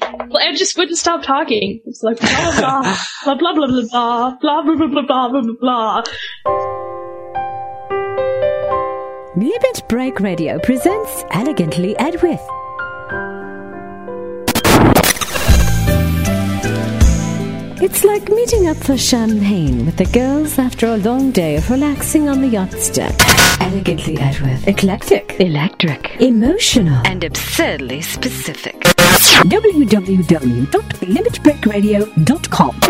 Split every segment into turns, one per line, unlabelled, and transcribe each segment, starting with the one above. Well, Ed just wouldn't stop talking. It's like blah blah blah blah blah blah blah blah blah blah blah blah blah.
Mutants Break Radio presents Elegantly Ed with. It's like meeting up for champagne with the girls after a long day of relaxing on the yacht deck. Elegantly Ed with. Eclectic. Electric. Emotional. And absurdly specific. www.limitbreakradio.com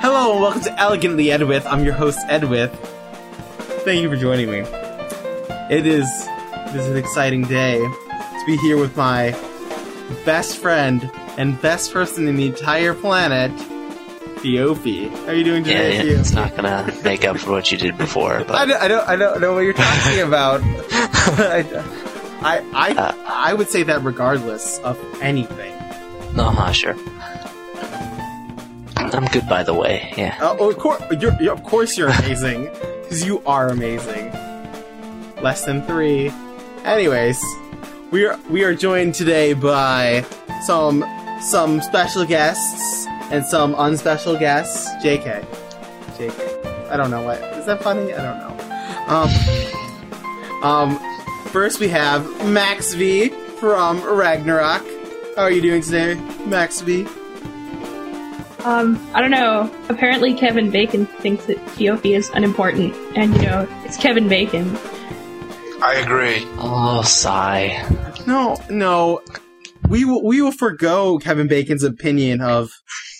Hello and welcome to Elegantly Edwith. I'm your host Edwith. Thank you for joining me. It is it is an exciting day to be here with my best friend and best person in the entire planet, Theopi. How are you doing
Yeah,
today,
yeah, it's
Theopi?
not gonna make up for what you did before,
I
but
don't, I don't I don't know what you're talking about. I, I I I would say that regardless of anything.
no, huh, sure. I'm good, by the way. Yeah,
Uh, oh, of course, you're, you're, of course you're amazing. Because you are amazing. Less than three. Anyways, we are we are joined today by some some special guests and some unspecial guests. JK, JK. I don't know what is that funny. I don't know. Um, um. First we have Max V from Ragnarok. How are you doing today, Max V?
Um, I don't know. Apparently, Kevin Bacon thinks that Theophy is unimportant, and you know it's Kevin Bacon.
I agree.
oh, sigh.
No, no. We will we will forego Kevin Bacon's opinion of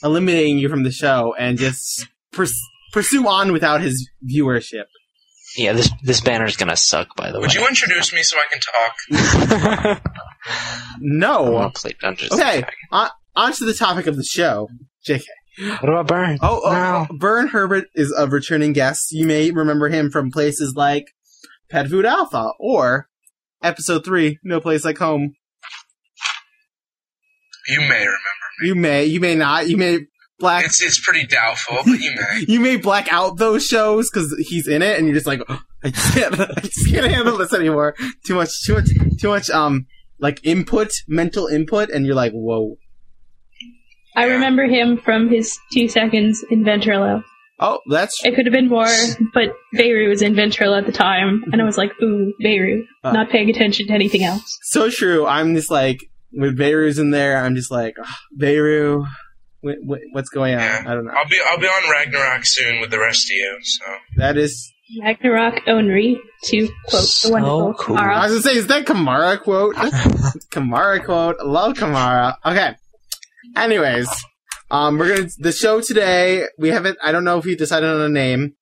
eliminating you from the show and just pers- pursue on without his viewership.
Yeah, this this banner's gonna suck, by the
Would
way.
you introduce me so I can talk?
I wanna
No.
play Dungeons. and
Okay.
Dragons.
On, on to the topic of the show. JK.
What about Burn?
Oh, oh,
no.
Vern Herbert is a returning guest. You may remember him from places like Pet Food Alpha or episode 3, No Place Like Home.
You may remember.
You may, you may not. You may black
It's it's pretty doubtful, but you may.
you may black out those shows because he's in it, and you're just like, "Oh, I just can't, I just can't handle this anymore. Too much, too much, too much. Um, like input, mental input, and you're like, whoa.
I remember him from his two seconds in Ventrilo.
Oh, that's
It could have been more, but Beirut was in Ventrilo at the time, and I was like, ooh, Beirut.
Ah.
Uh.
Not paying attention to anything else.
so true. I'm just like, with Beirut's in there, I'm just like, oh, Beirut, wh- wh- what's going on? I don't know.
I'll be I'll be on Ragnarok soon with the rest of you. So
That is,
Ragnarok Onri, to quote the
So
wonderful
cool.
I
Mara.
was gonna say, is that Kamara quote? Kamara quote. I Love Kamara. Okay. Anyways, um, we're gonna the show today. We haven't. I don't know if we decided on a name,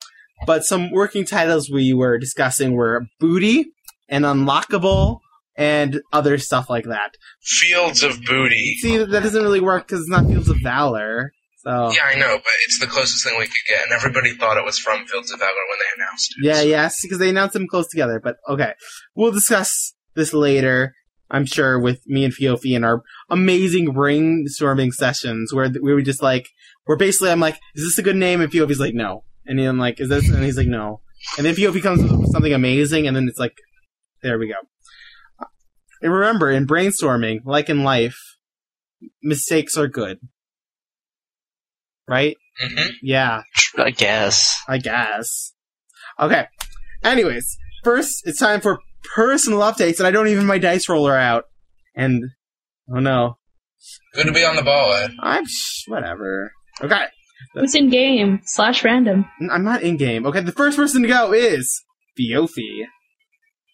but some working titles we were discussing were booty and unlockable and other stuff like that.
fields of booty.
See, that doesn't really work because it's not Fields of Valor. So
Yeah, I know, but it's the closest thing we could get, and everybody thought it was from Fields of Valor when they announced it.
yeah, yes, because they announced them close together. But okay, we'll discuss this later. I'm sure with me and Fiofi and our amazing brainstorming sessions where th- we were just like, we're basically, I'm like, is this a good name? And Fiofi's like, no. And then I'm like, is this? And he's like, no. And then Fiofi comes up with something amazing, and then it's like, there we go. And remember, in brainstorming, like in life, mistakes are good. Right?
hmm
Yeah.
I guess.
I guess. Okay. Anyways, first it's time for personal updates, and I don't even have my dice roller out. And oh no,
Good to be on the ball, Ed.
I'm sh- whatever. Okay,
Who's in game? Slash random.
N- I'm not in game. Okay, the first person to go is Fiofi.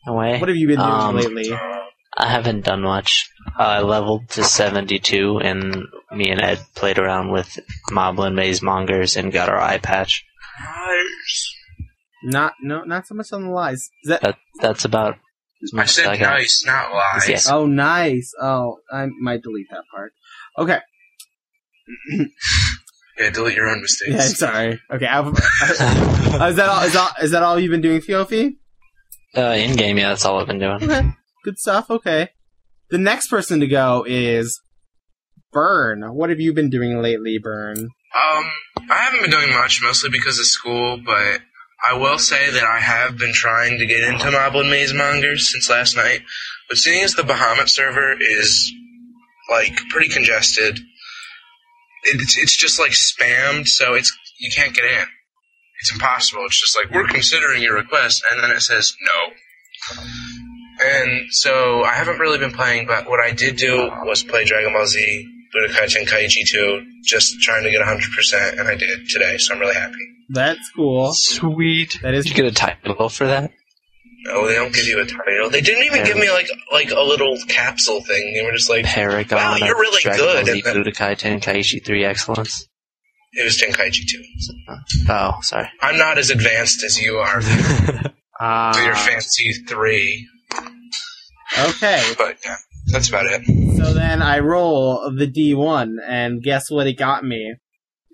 No way.
What have you been doing
Um,
lately?
Uh,
I haven't done much. Uh, I leveled to 72, and me and Ed played around with Moblin Maze Mongers and got our eye patch.
nice.
Not no, not so much on the lies. Is that?
That that's about as
I
much as I
said
got.
nice, not lies.
Yes.
Oh, nice. Oh, I might delete that part. Okay.
Yeah, delete your own mistakes.
Yeah, sorry. Okay. I've, is that all? Is that is that all you've been doing, Fiofi?
Uh, in game, yeah, that's all I've been doing.
Okay. Good stuff. Okay. The next person to go is Burn. What have you been doing lately, Burn?
Um, I haven't been doing much, mostly because of school, but I will say that I have been trying to get into Moblin Maze Mongers since last night. But seeing as the Bahamut server is like pretty congested. It's it's just like spammed, so it's you can't get in. It's impossible. It's just like we're considering your request, and then it says no. And so I haven't really been playing, but what I did do was play Dragon Ball Z Budokai Tenkaichi 2, just trying to get 100%, and I did today, so I'm really happy.
That's cool.
Sweet.
That is
Did you get a title for that?
Oh, they don't give you a title. They didn't even give me like like a little capsule thing. They were just like,
Paragon
Wow, you're
of
really
Dragon
good
Ball Z
at that.
Budokai Tenkaichi 3 Excellence.
it was Tenkaichi 2.
Oh, sorry.
I'm not as advanced as you are.
Ah,
So you're fancy 3,
okay.
but yeah, that's about it.
So then I roll the D1, and guess what it got me?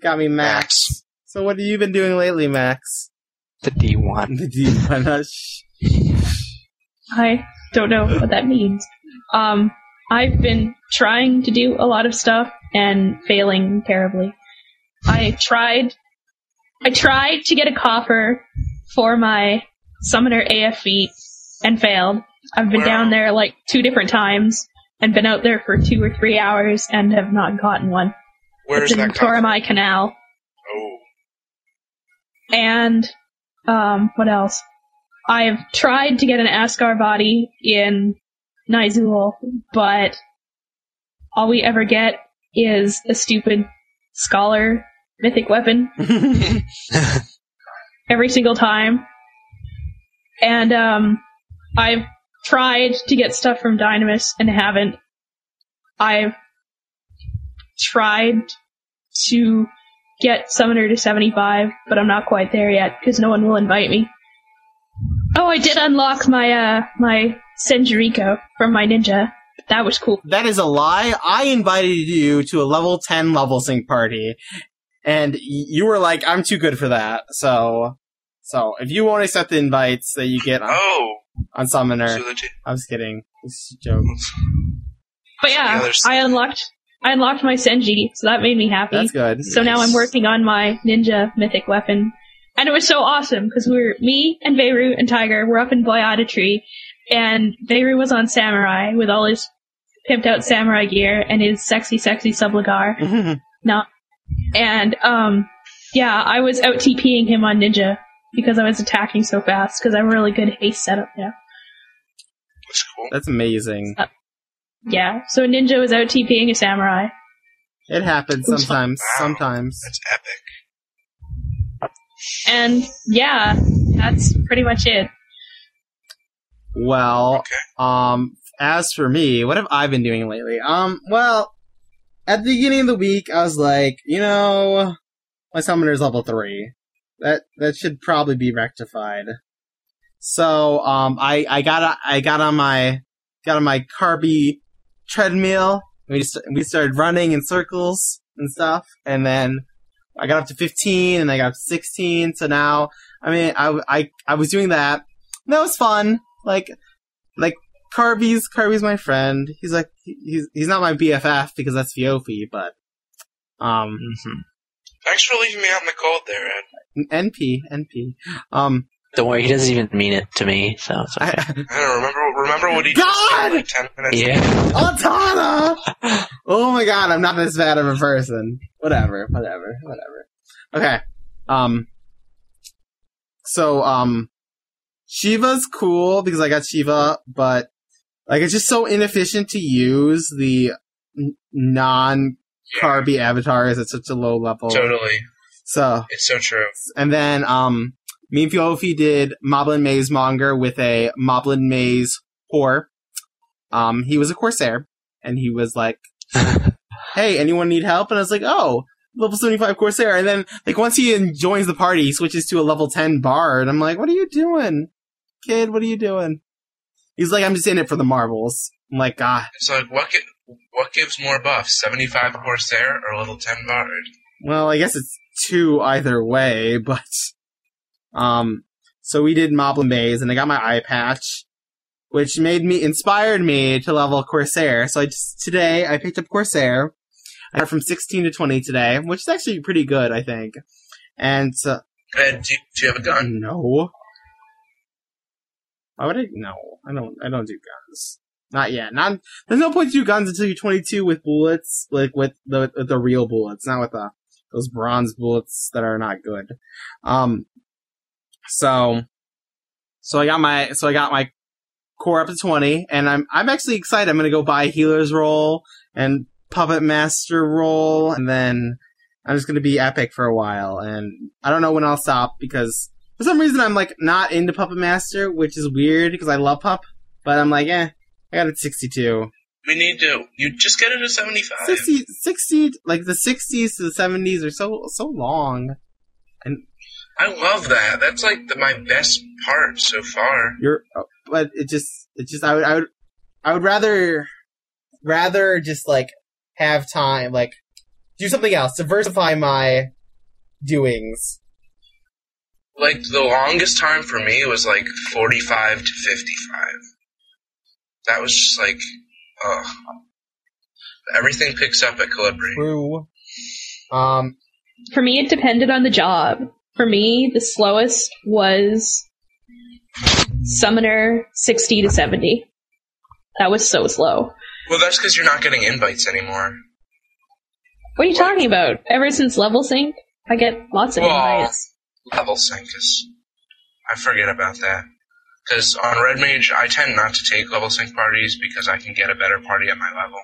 Got me Max.
Max.
So what have you been doing lately, Max?
The D1.
The D1. uh, sh-
I don't know what that means. Um, I've been trying to do a lot of stuff and failing terribly. I tried, I tried to get a coffer for my summoner AFV and failed. I've been down there like two different times and been out there for two or three hours and have not gotten one.
Where's
it's in
that coming?
Toramai Canal
Oh,
and um, what else? I've tried to get an Asgard body in Nizul, but all we ever get is a stupid scholar mythic weapon every single time. And um, I've tried to get stuff from Dynamis and haven't. I've tried to get Summoner to 75, but I'm not quite there yet because no one will invite me. Oh, I did unlock my uh my Senjuriko from my ninja. That was cool.
That is a lie. I invited you to a level 10 level sync party, and y- you were like, I'm too good for that. So, so if you won't accept the invites that you get on,
oh.
on Summoner,
So the t-
I'm just kidding. It's a joke.
But yeah,
there's-
I unlocked I unlocked my Senji, so that made me happy.
That's good.
So now I'm working on my ninja mythic weapon. And it was so awesome because we were, me and Veru and Tiger were up in Boyata Tree and Veru was on Samurai with all his pimped out Samurai gear and his sexy, sexy subligar. No. And, um, yeah, I was out TPing him on Ninja because I was attacking so fast because I'm really good haste setup now.
That's cool.
That's amazing.
Yeah, so Ninja was out TPing a Samurai.
It happens
Oops.
sometimes. Sometimes.
That's epic.
And, yeah, that's pretty much it.
Well,
Okay.
Um, as for me, what have I been doing lately? Um, well, at the beginning of the week, I was like, you know, my summoner's level three. That that should probably be rectified. So, um, I I got a- I got on my got on my carby treadmill. We just we started running in circles and stuff, and then I got up to 15, and I got up to 16. So now, I mean, I I I was doing that. And that was fun. Like Carby's Carby's my friend. He's like he- he's he's not my BFF because that's Fiofi, but um
Mhm.
Thanks for leaving me out in the cold there, Ed.
NP NP um
Don't worry, he doesn't even mean it to me, so it's okay.
I,
I don't know, remember. Remember what he just
God!
said like ten minutes.
yeah.
Altana. Oh my god, I'm not this bad of a person. Whatever, whatever, whatever. Okay. Um So um Shiva's cool because I got Shiva, but like it's just so inefficient to use the non Carby avatars at such a low level.
Totally.
So
It's so true.
And then um me and Fiofi did Moblin Maze Monger with a Moblin Maze whore. Um he was a Corsair and he was like Hey, anyone need help? And I was like, Oh, level seventy five Corsair and then like once he joins the party he switches to a level ten bard. I'm like, What are you doing? Kid, what are you doing? He's like, I'm just in it for the marbles. I'm like, God,
It's like what gi- what gives more buffs, seventy five Corsair or a little ten bard?
Well, I guess it's two either way, but um so we did Moblin Maze and I got my eye patch, which made me inspired me to level Corsair. So I just today I picked up Corsair. I got from sixteen to twenty today, which is actually pretty good, I think. And so
Ed, do you, do you have a gun?
no. Why would I no, I don't I don't do guns. Not yet. Not there's no point to do guns until you're 22 with bullets, like with the with the real bullets, not with the those bronze bullets that are not good. Um, so so I got my so I got my core up to 20, and I'm I'm actually excited. I'm gonna go buy healer's roll and puppet master roll, and then I'm just gonna be epic for a while. And I don't know when I'll stop because for some reason I'm like not into puppet master, which is weird because I love pup, but I'm like eh. I got it 62.
We need to. You just get it to 75.
60, 60, like the 60s to the 70s are so so long.
I love that. That's like the, my best part so far.
You're, oh, but it just, it just, I would, I would, I would rather, rather just like have time, like do something else, diversify my doings.
Like the longest time for me was like 45 to 55. That was just like, ugh. Everything picks up at Calibri.
True. Um,
For me, it depended on the job. For me, the slowest was Summoner 60 to 70. That was so slow.
Well, that's because you're not getting invites anymore.
What are you talking about? Ever since level sync, I get lots of
Well,
invites.
Level sync is. I forget about that. Because on Red Mage, I tend not to take level sync parties because I can get a better party at my level.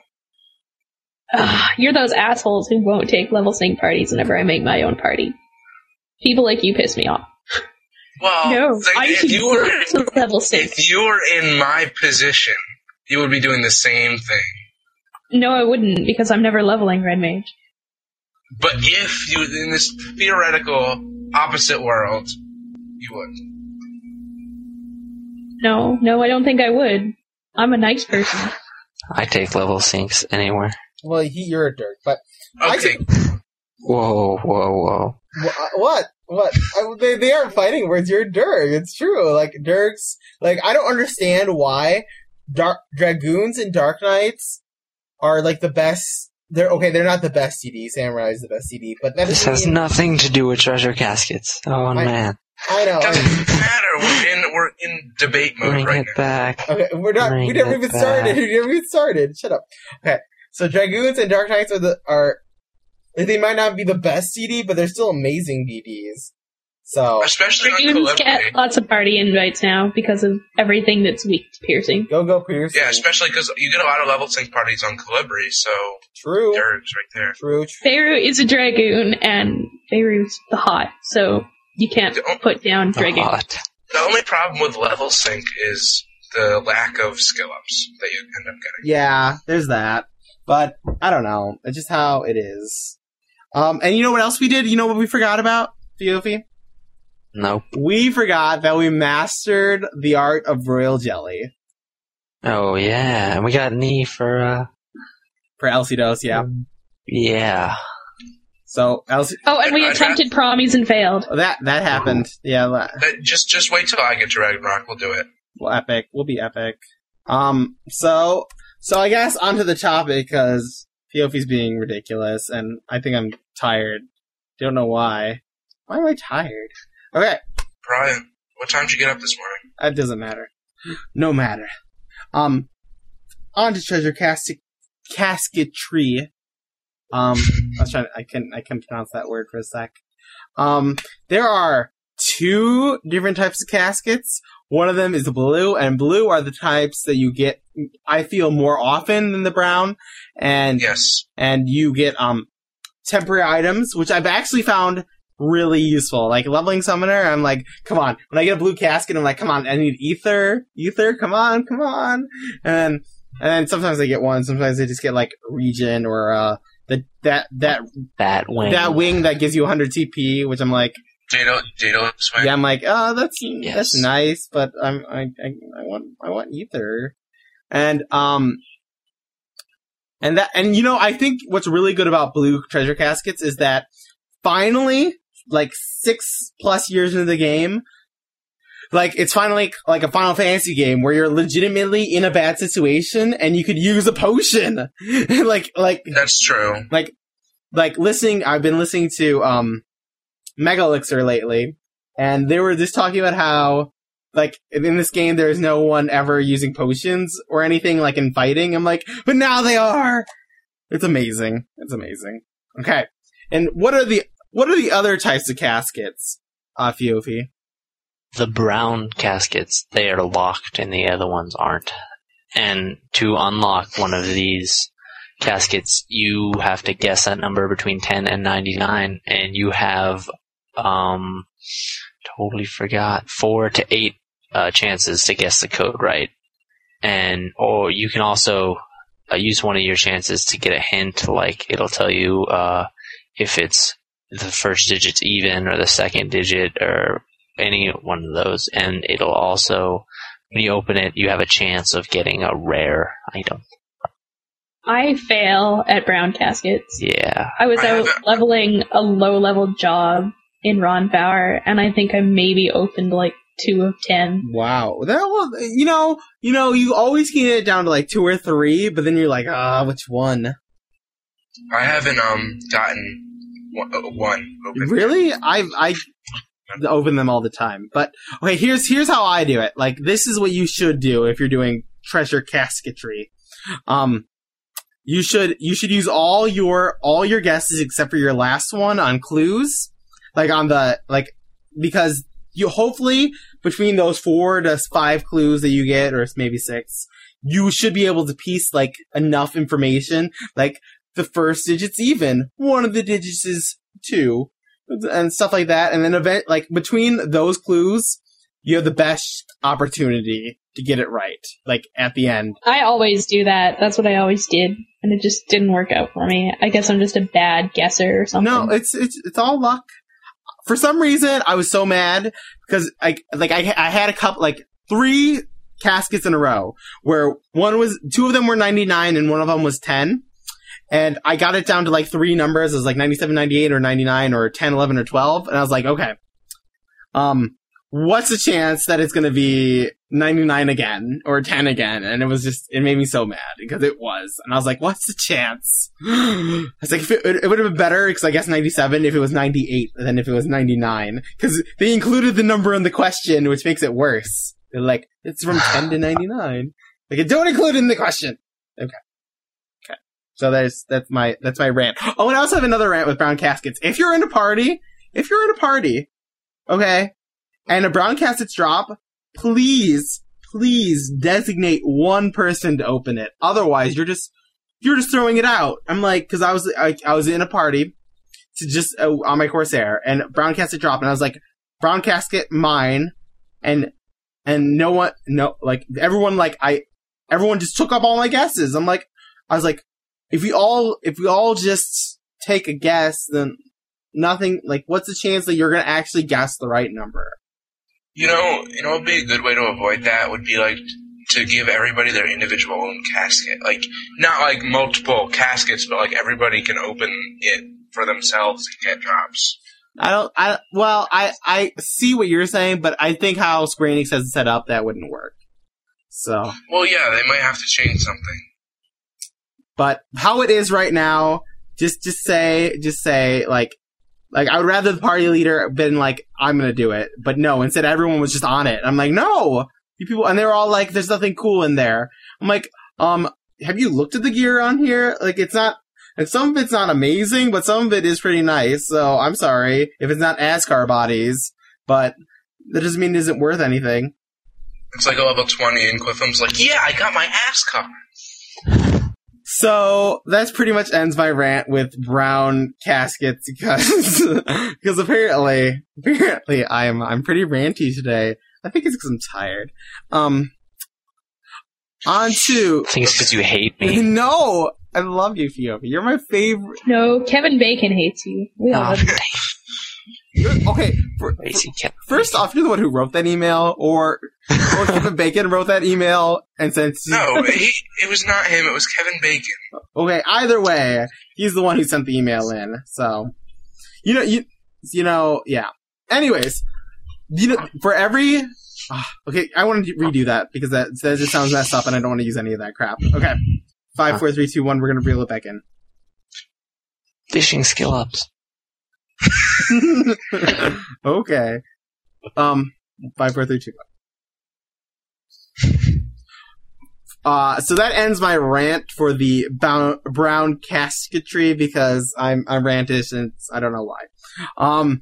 Ugh, you're those assholes who won't take level sync parties whenever I make my own party. People like you piss me off.
Well,
no,
like,
I
if
should
Oh, you were
go to level sync.
if you were in my position, you would be doing the same thing.
No, I wouldn't because I'm never leveling Red Mage.
But if you in this theoretical opposite world, you would.
No, no, I don't think I would. I'm a nice person.
I take level sinks anywhere.
well, he, you're a dirt, but I
Okay,
Whoa, whoa, whoa.
Wha- what? What? I, they, they aren't fighting words. You're Dirk. It's true. Like, Dirks, like, I don't understand why Dark, Dragoons and Dark Knights are, like, the best. They're, okay, they're not the best CD. Samurai is the best CD, but that
This
doesn't
has
mean-
nothing to do with treasure caskets. Oh, man.
I know. I-
doesn't matter. We're in we're in debate mode
Bring
right
it
now.
back.
Okay, we're not, we
Bring
never
it
even started.
back.
We never even started. Shut up. Okay, so Dragoons and Dark Knights are the, are, like, they might not be the best CD, but they're still amazing DDs. So,
Especially on
Dragoons
Calibri.
get lots of party invites now because of everything that's weak to piercing.
go, go, Pierce.
Yeah, especially because you get a lot of level sync parties on Calibri, so
True.
Dirk's right there.
True, true.
Feyru is a dragoon, and Feyru's the hot, so you can't
Oh.
put down dragoon.
Hot.
The only problem with level sync is the lack of skill ups that you end up getting.
Yeah, there's that. But I don't know. It's just how it is. Um, and you know what else we did? You know what we forgot about, Fiofi?
Nope.
We forgot that we mastered the art of royal jelly
Oh, yeah. And we got knee for, uh,
for Alcidos, yeah.
yeah.
So Elc-
Oh, and we attempted promies and failed.
that that happened. Yeah, la-
But Uh, just just wait till I get to Ragnarok. We'll do it.
well, epic. We'll be epic. Um, so so I guess onto the topic because Fiofi's being ridiculous, and I think I'm tired. Don't know why. Why am I tired? Okay,
Brian, what time did you get up this morning?
That doesn't matter. No matter. Um, on to treasure casket casketry. Um, I was trying. To, I couldn't. I couldn't pronounce that word for a sec. Um, there are two different types of caskets. One of them is blue, and blue are the types that you get. I feel more often than the brown, and
Yes.
and you get um temporary items, which I've actually found really useful. Like leveling summoner, I'm like, come on. When I get a blue casket, I'm like, come on, I need ether, ether, come on, come on. And then, and then sometimes I get one. Sometimes I just get like region or uh the that that
Bat wing.
that wing that gives you 100 TP, which I'm like,
Jado Jado Swing.
yeah, I'm like, oh, that's that's
Yes.
nice, but I'm I, I I want I want ether, and um, and that and you know I think what's really good about blue treasure caskets is that finally, like six plus years into the game, like it's finally like a Final Fantasy game where you're legitimately in a bad situation and you could use a potion, like like
That's true.
like listening I've been listening to um Mega Elixir lately and they were just talking about how like in this game there is no one ever using potions or anything like in fighting. I'm like, but now they are. It's amazing. It's amazing. Okay. And what are the what are the other types of caskets, uh, Fiofi?
The brown caskets, they are locked and the other ones aren't. And to unlock one of these caskets, you have to guess a number between 10 and 99, and you have, um, totally forgot, four to eight uh, chances to guess the code right. And, or you can also uh, use one of your chances to get a hint, like it'll tell you, uh, if it's the first digit's even or the second digit or any one of those. And it'll also, when you open it, you have a chance of getting a rare item.
I fail at brown caskets.
Yeah.
I was
I
out
have a-
leveling a low level job in Ron Power, and I think I maybe opened like two of ten.
Wow, that was you know you know you always can get it down to like two or three, but then you're like, ah, which one?
I haven't um gotten one. uh, one open.
Really? I I open them all the time. But okay, here's here's how I do it. Like this is what you should do if you're doing treasure casketry. Um you should you should use all your all your guesses except for your last one on clues. Like on the like because you hopefully between those four to five clues that you get or maybe six, you should be able to piece like enough information like the first digit's even, one of the digits is two, and stuff like that. And then event like between those clues, you have the best opportunity to get it right. Like at the end.
I always do that. That's what I always did, and it just didn't work out for me. I guess I'm just a bad guesser or something.
No, it's it's it's all luck. For some reason, I was so mad because I like I I had a couple like three caskets in a row where one was two of them were 99 and one of them was 10 and i got it down to like three numbers it was like 97 98 or 99 or 10 11 or 12 and i was like okay um what's the chance that it's going to be 99 again or 10 again and it was just it made me so mad because it was and i was like what's the chance i was like if it, it would have been better because i guess 97 if it was 98 than if it was 99 because they included the number in the question which makes it worse they're like it's from 10 to 99 like it don't include it in the question okay okay so there's that's my that's my rant oh and i also have another rant with brown caskets if you're in a party if you're in a party okay and a brown caskets drop, please, please designate one person to open it. Otherwise, you're just you're just throwing it out. I'm like, because I was I, I was in a party to just uh, on my Corsair and brown casket drop, and I was like, brown casket mine, and and no one no like everyone like I everyone just took up all my guesses. I'm like, I was like, if we all if we all just take a guess, then nothing like what's the chance that you're gonna actually guess the right number?
You know, you know, what would be a good way to avoid that would be like to give everybody their individual own casket, like not like multiple caskets, but like everybody can open it for themselves and get drops.
I don't. I well, I I see what you're saying, but I think how Square Enix has it set up that wouldn't work. So,
Well, yeah, they might have to change something.
but how it is right now, just just say just say like like I would rather the party leader been like I'm gonna do it, but no, instead everyone was just on it. I'm like, no, you people, and they were all like, there's nothing cool in there. I'm like, um, have you looked at the gear on here? Like, it's not. And some of it's not amazing, but some of it is pretty nice. So I'm sorry if it's not ASCAR bodies, but that doesn't mean it isn't worth anything.
It's like a level twenty, and Cliffham's like, "Yeah, I got my ass covered."
So that's pretty much ends my rant with brown caskets because because apparently apparently I'm I'm pretty ranty today. I think it's because I'm tired. Um, on to
I think it's because you hate me.
no, I love you, Fiona. You're my favorite.
No, Kevin Bacon hates you. We all
Ah.
Oh,
love you.
dang,
You're, okay, fir-
crazy cat.
first off, you're the one who wrote that email, or or Kevin Bacon wrote that email, and since
No, he, it was not him. It was Kevin Bacon.
Okay, either way, he's the one who sent the email in. So, you know, you, you know, yeah. Anyways, you know, for every, ah, okay, I want to redo that because that, that just sounds messed up and I don't want to use any of that crap. Okay. Five, four, three, two, one. We're going to reel it back in.
Fishing skill ups.
okay. Um, five, four, three, two, one. Uh, so that ends my rant for the bow- brown casketry because I'm I'm rantish and it's- I don't know why. Um,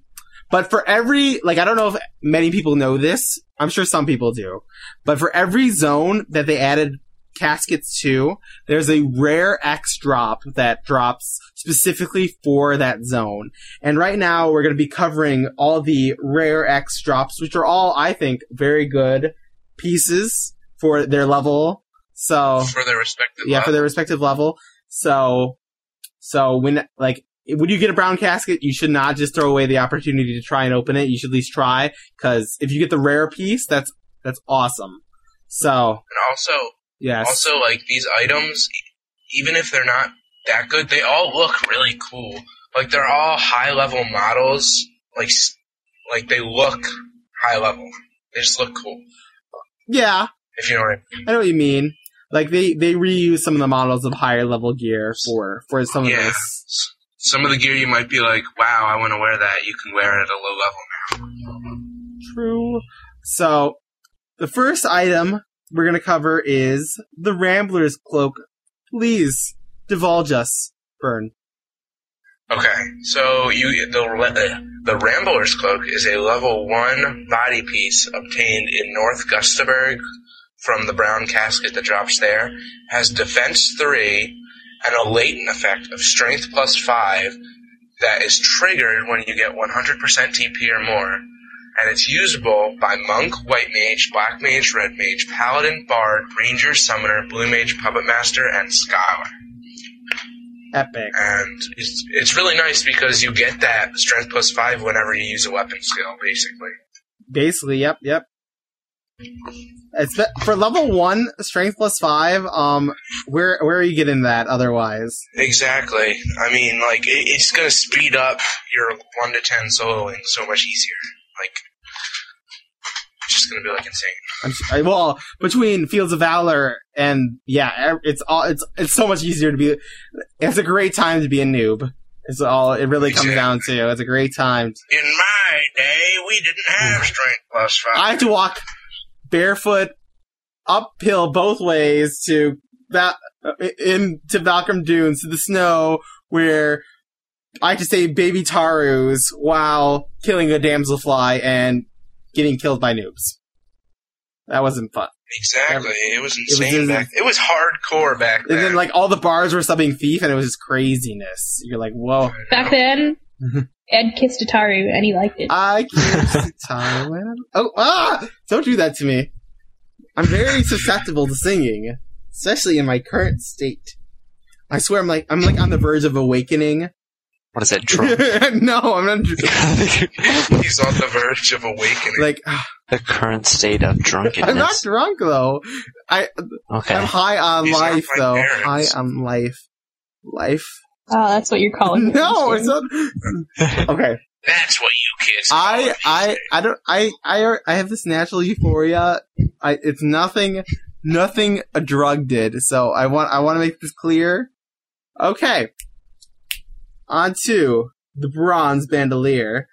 but for every like I don't know if many people know this. I'm sure some people do. But for every zone that they added caskets to, there's a rare X drop that drops specifically for that zone. And right now we're going to be covering all the rare X drops, which are all I think very good pieces for their level. So
for their respective
Oh. yeah, for their respective level. So, so when like when you get a brown casket, you should not just throw away the opportunity to try and open it. You should at least try because if you get the rare piece, that's that's awesome. So
And also,
yes,
also like these items, even if they're not that good, they all look really cool. Like they're all high level models. Like, s- like they look high level. They just look cool.
yeah,
If you know what I mean.
I know what you mean. Like they they reuse some of the models of higher level gear for for some of
Yeah.
this.
Some of the gear you might be like, wow, I want to wear that. You can wear it at a low level
True. So the first item we're gonna cover is the Rambler's cloak. Please divulge us, Burn.
Okay, so you the uh, the Rambler's cloak is a level one body piece obtained in North Gustaberg from the brown casket that drops there. Has defense three and a latent effect of strength plus five that is triggered when you get 100% TP or more, and it's usable by monk, white mage, black mage, red mage, paladin, bard, ranger, summoner, blue mage, puppet master, and scholar
Epic.
and it's it's really nice because you get that strength plus five whenever you use a weapon skill, basically.
Basically, yep, yep. It's be- for level one, strength plus five. Um, where where are you getting that? Otherwise,
Exactly. I mean, like it, it's gonna speed up your one to ten soloing so much easier. Like, it's just gonna be like insane.
I'm s- I, well between Fields of Valor and yeah, e- it's all it's it's so much easier to be. It's a great time to be a noob. It's all it really comes
Exactly.
down to. It's a great time.
In my day, we didn't have strength plus five.
I have to walk barefoot uphill both ways to that in to Valcom Dunes to the snow where I have to save baby Tarus while killing a damselfly and getting killed by noobs. That wasn't fun.
exactly. It was
was
insane
in-
back. It was hardcore back
And
then.
then like all the bars were subbing thief and it was just craziness. You're like, whoa.
Back then, Ed kissed Ataru and he liked it.
I kissed Thailand. Oh, ah! Don't do that to me. I'm very susceptible to singing, especially in my current state. I swear, I'm like I'm like on the verge of awakening.
What is that,
no,
drunk?
I'm not dr-
He's on the verge of awakening.
like
the current state of
I'm not
drunkenness.
drunk though. I I'm
Okay.
high on
These are
life
my
though.
parents.
High on life, life.
oh, that's what you're calling it.
No, it's not. Okay,
That's what you kids. call
I
it.
I I don't I I I have this natural euphoria. I it's nothing nothing a drug did. So I want I want to make this clear. Okay. On to the bronze bandolier.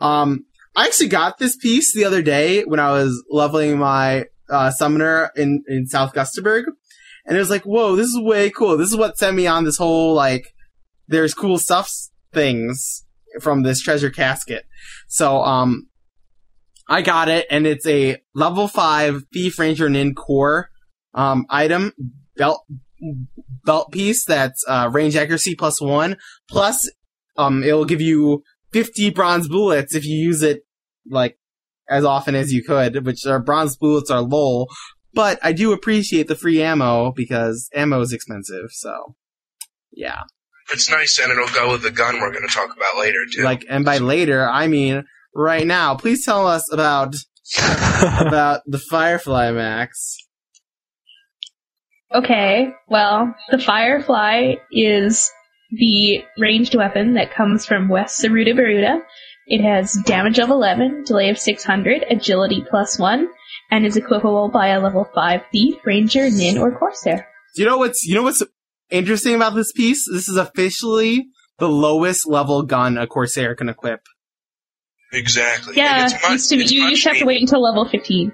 Um I actually got this piece the other day when I was leveling my uh, summoner in in South Gustaberg. And it was like, whoa, this is way cool. This is what sent me on this whole like there's cool stuff things from this treasure casket. So, um, I got it, and it's a level five Thief Ranger Nin core, um, item belt belt piece that's uh, range accuracy plus one. Plus, um, it'll give you fifty bronze bullets if you use it like as often as you could, which are bronze bullets are low. But I do appreciate the free ammo because ammo is expensive. So, yeah.
it's nice, and it'll go with the gun we're going to talk about later too.
Like, and by later, I mean right now. Please tell us about about the Firefly Max.
Okay, well, the Firefly is the ranged weapon that comes from West Saruda Baruda. It has damage of 11, delay of 600, agility plus 1, and is equipable by a level 5 thief, ranger, nin, or corsair.
Do you know what's you know what's interesting about this piece? This is officially the lowest level gun a Corsair can equip.
Exactly.
Yeah,
And it's much-
used to be,
it's
you
much
used to have to
needed.
wait until level 15.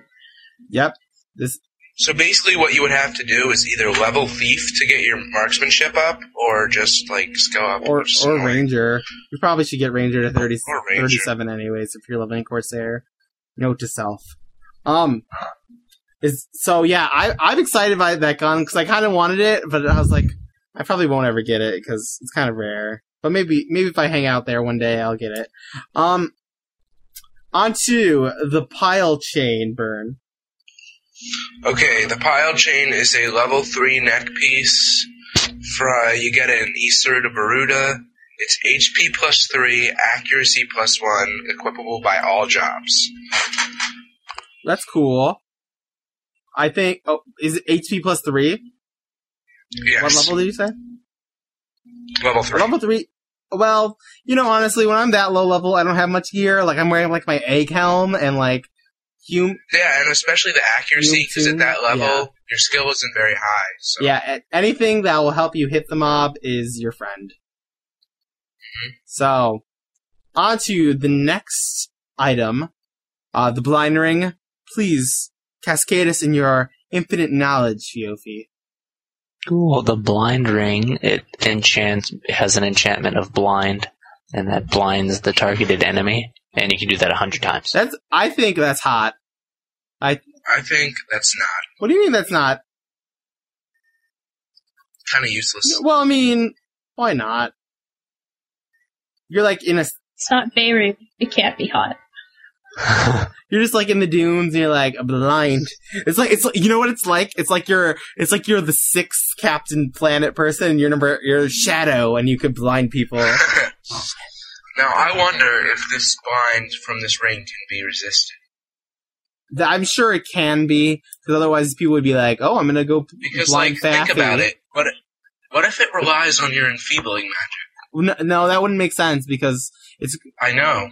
Yep. This
So basically, what you would have to do is either level thief to get your marksmanship up, or just like just go up.
Or
which is
or
annoying.
ranger. We probably should get ranger to 30,
Or Ranger.
37 anyways if you're living corsair. Note to self. Um. Is so yeah. I I'm excited by that gun because I kind of wanted it, but I was like, I probably won't ever get it because it's kind of rare. But maybe maybe if I hang out there one day, I'll get it. Um. Onto the pile chain burn.
Okay, the pile chain is a level three neck piece. For uh, you get an Isuru to Baruda. It's HP plus three, accuracy plus one, equipable by all jobs.
That's cool. I think. Oh, is it HP plus three?
Yes,
What level did you say?
Level three.
Level three. Well, you know, honestly, when I'm that low level, I don't have much gear. Like I'm wearing like my egg helm and like hum.
Yeah, and especially the accuracy because
too?
at that level,
Yeah.
your skill isn't very high. So
Yeah, a- anything that will help you hit the mob is your friend. So, on to the next item, uh, the blind ring. Please cascade us in your infinite knowledge, Fiofi.
Well, the blind ring it enchants has an enchantment of blind, and that blinds the targeted enemy, and you can do that a hundred times.
That's. I think that's hot.
I think that's not
What do you mean that's not?
kind of useless.
Well, I mean, why not? You're like in a,
It's not Beirut. It can't be hot.
you're just like in the dunes. And you're like blind. It's like it's like, you know what it's like. It's like you're it's like you're the sixth Captain Planet person. And you're number you're shadow, and you could blind people.
now I wonder if this bind from this ring can be resisted
Th- I'm sure it can be because otherwise people would be like, oh, I'm gonna go
because,
blind
like, think
faffy.
about it. What what if it relies on your enfeebling magic?
No, no, that wouldn't make sense because
I know.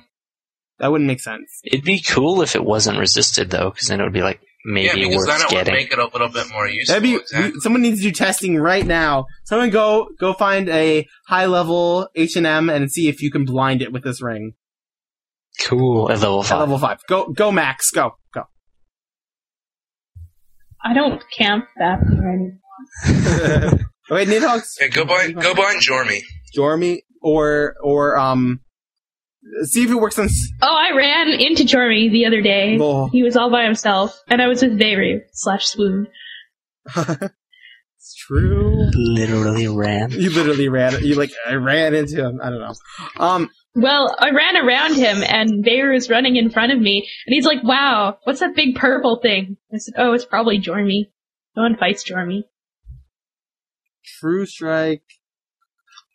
that wouldn't make sense.
It'd be cool if it wasn't resisted though, because then it would be like maybe
yeah, because then
worth
it
getting.
would make it a little bit more useful.
That'd be
exactly.
we- someone needs to do testing right now. Someone go go find a high level H and M and see if you can blind it with this ring.
cool at level
At
five.
level five. Go, go, Max. Go, go.
I don't camp that near anymore.
Wait, Nidhogg's
Yeah, go blind, go blind Jormy.
Jormy or or um. See if it works on. s-
Oh, I ran into Jormy the other day.
Oh.
He was all by himself, and I was with Beirut slash Swoon.
It's true.
Literally ran.
You literally ran. You like I ran into him. I don't know. Um.
Well, I ran around him, and Beirut was running in front of me, and he's like, "Wow, what's that big purple thing?" I said, "Oh, it's probably Jormy. No one fights Jormy."
True strike.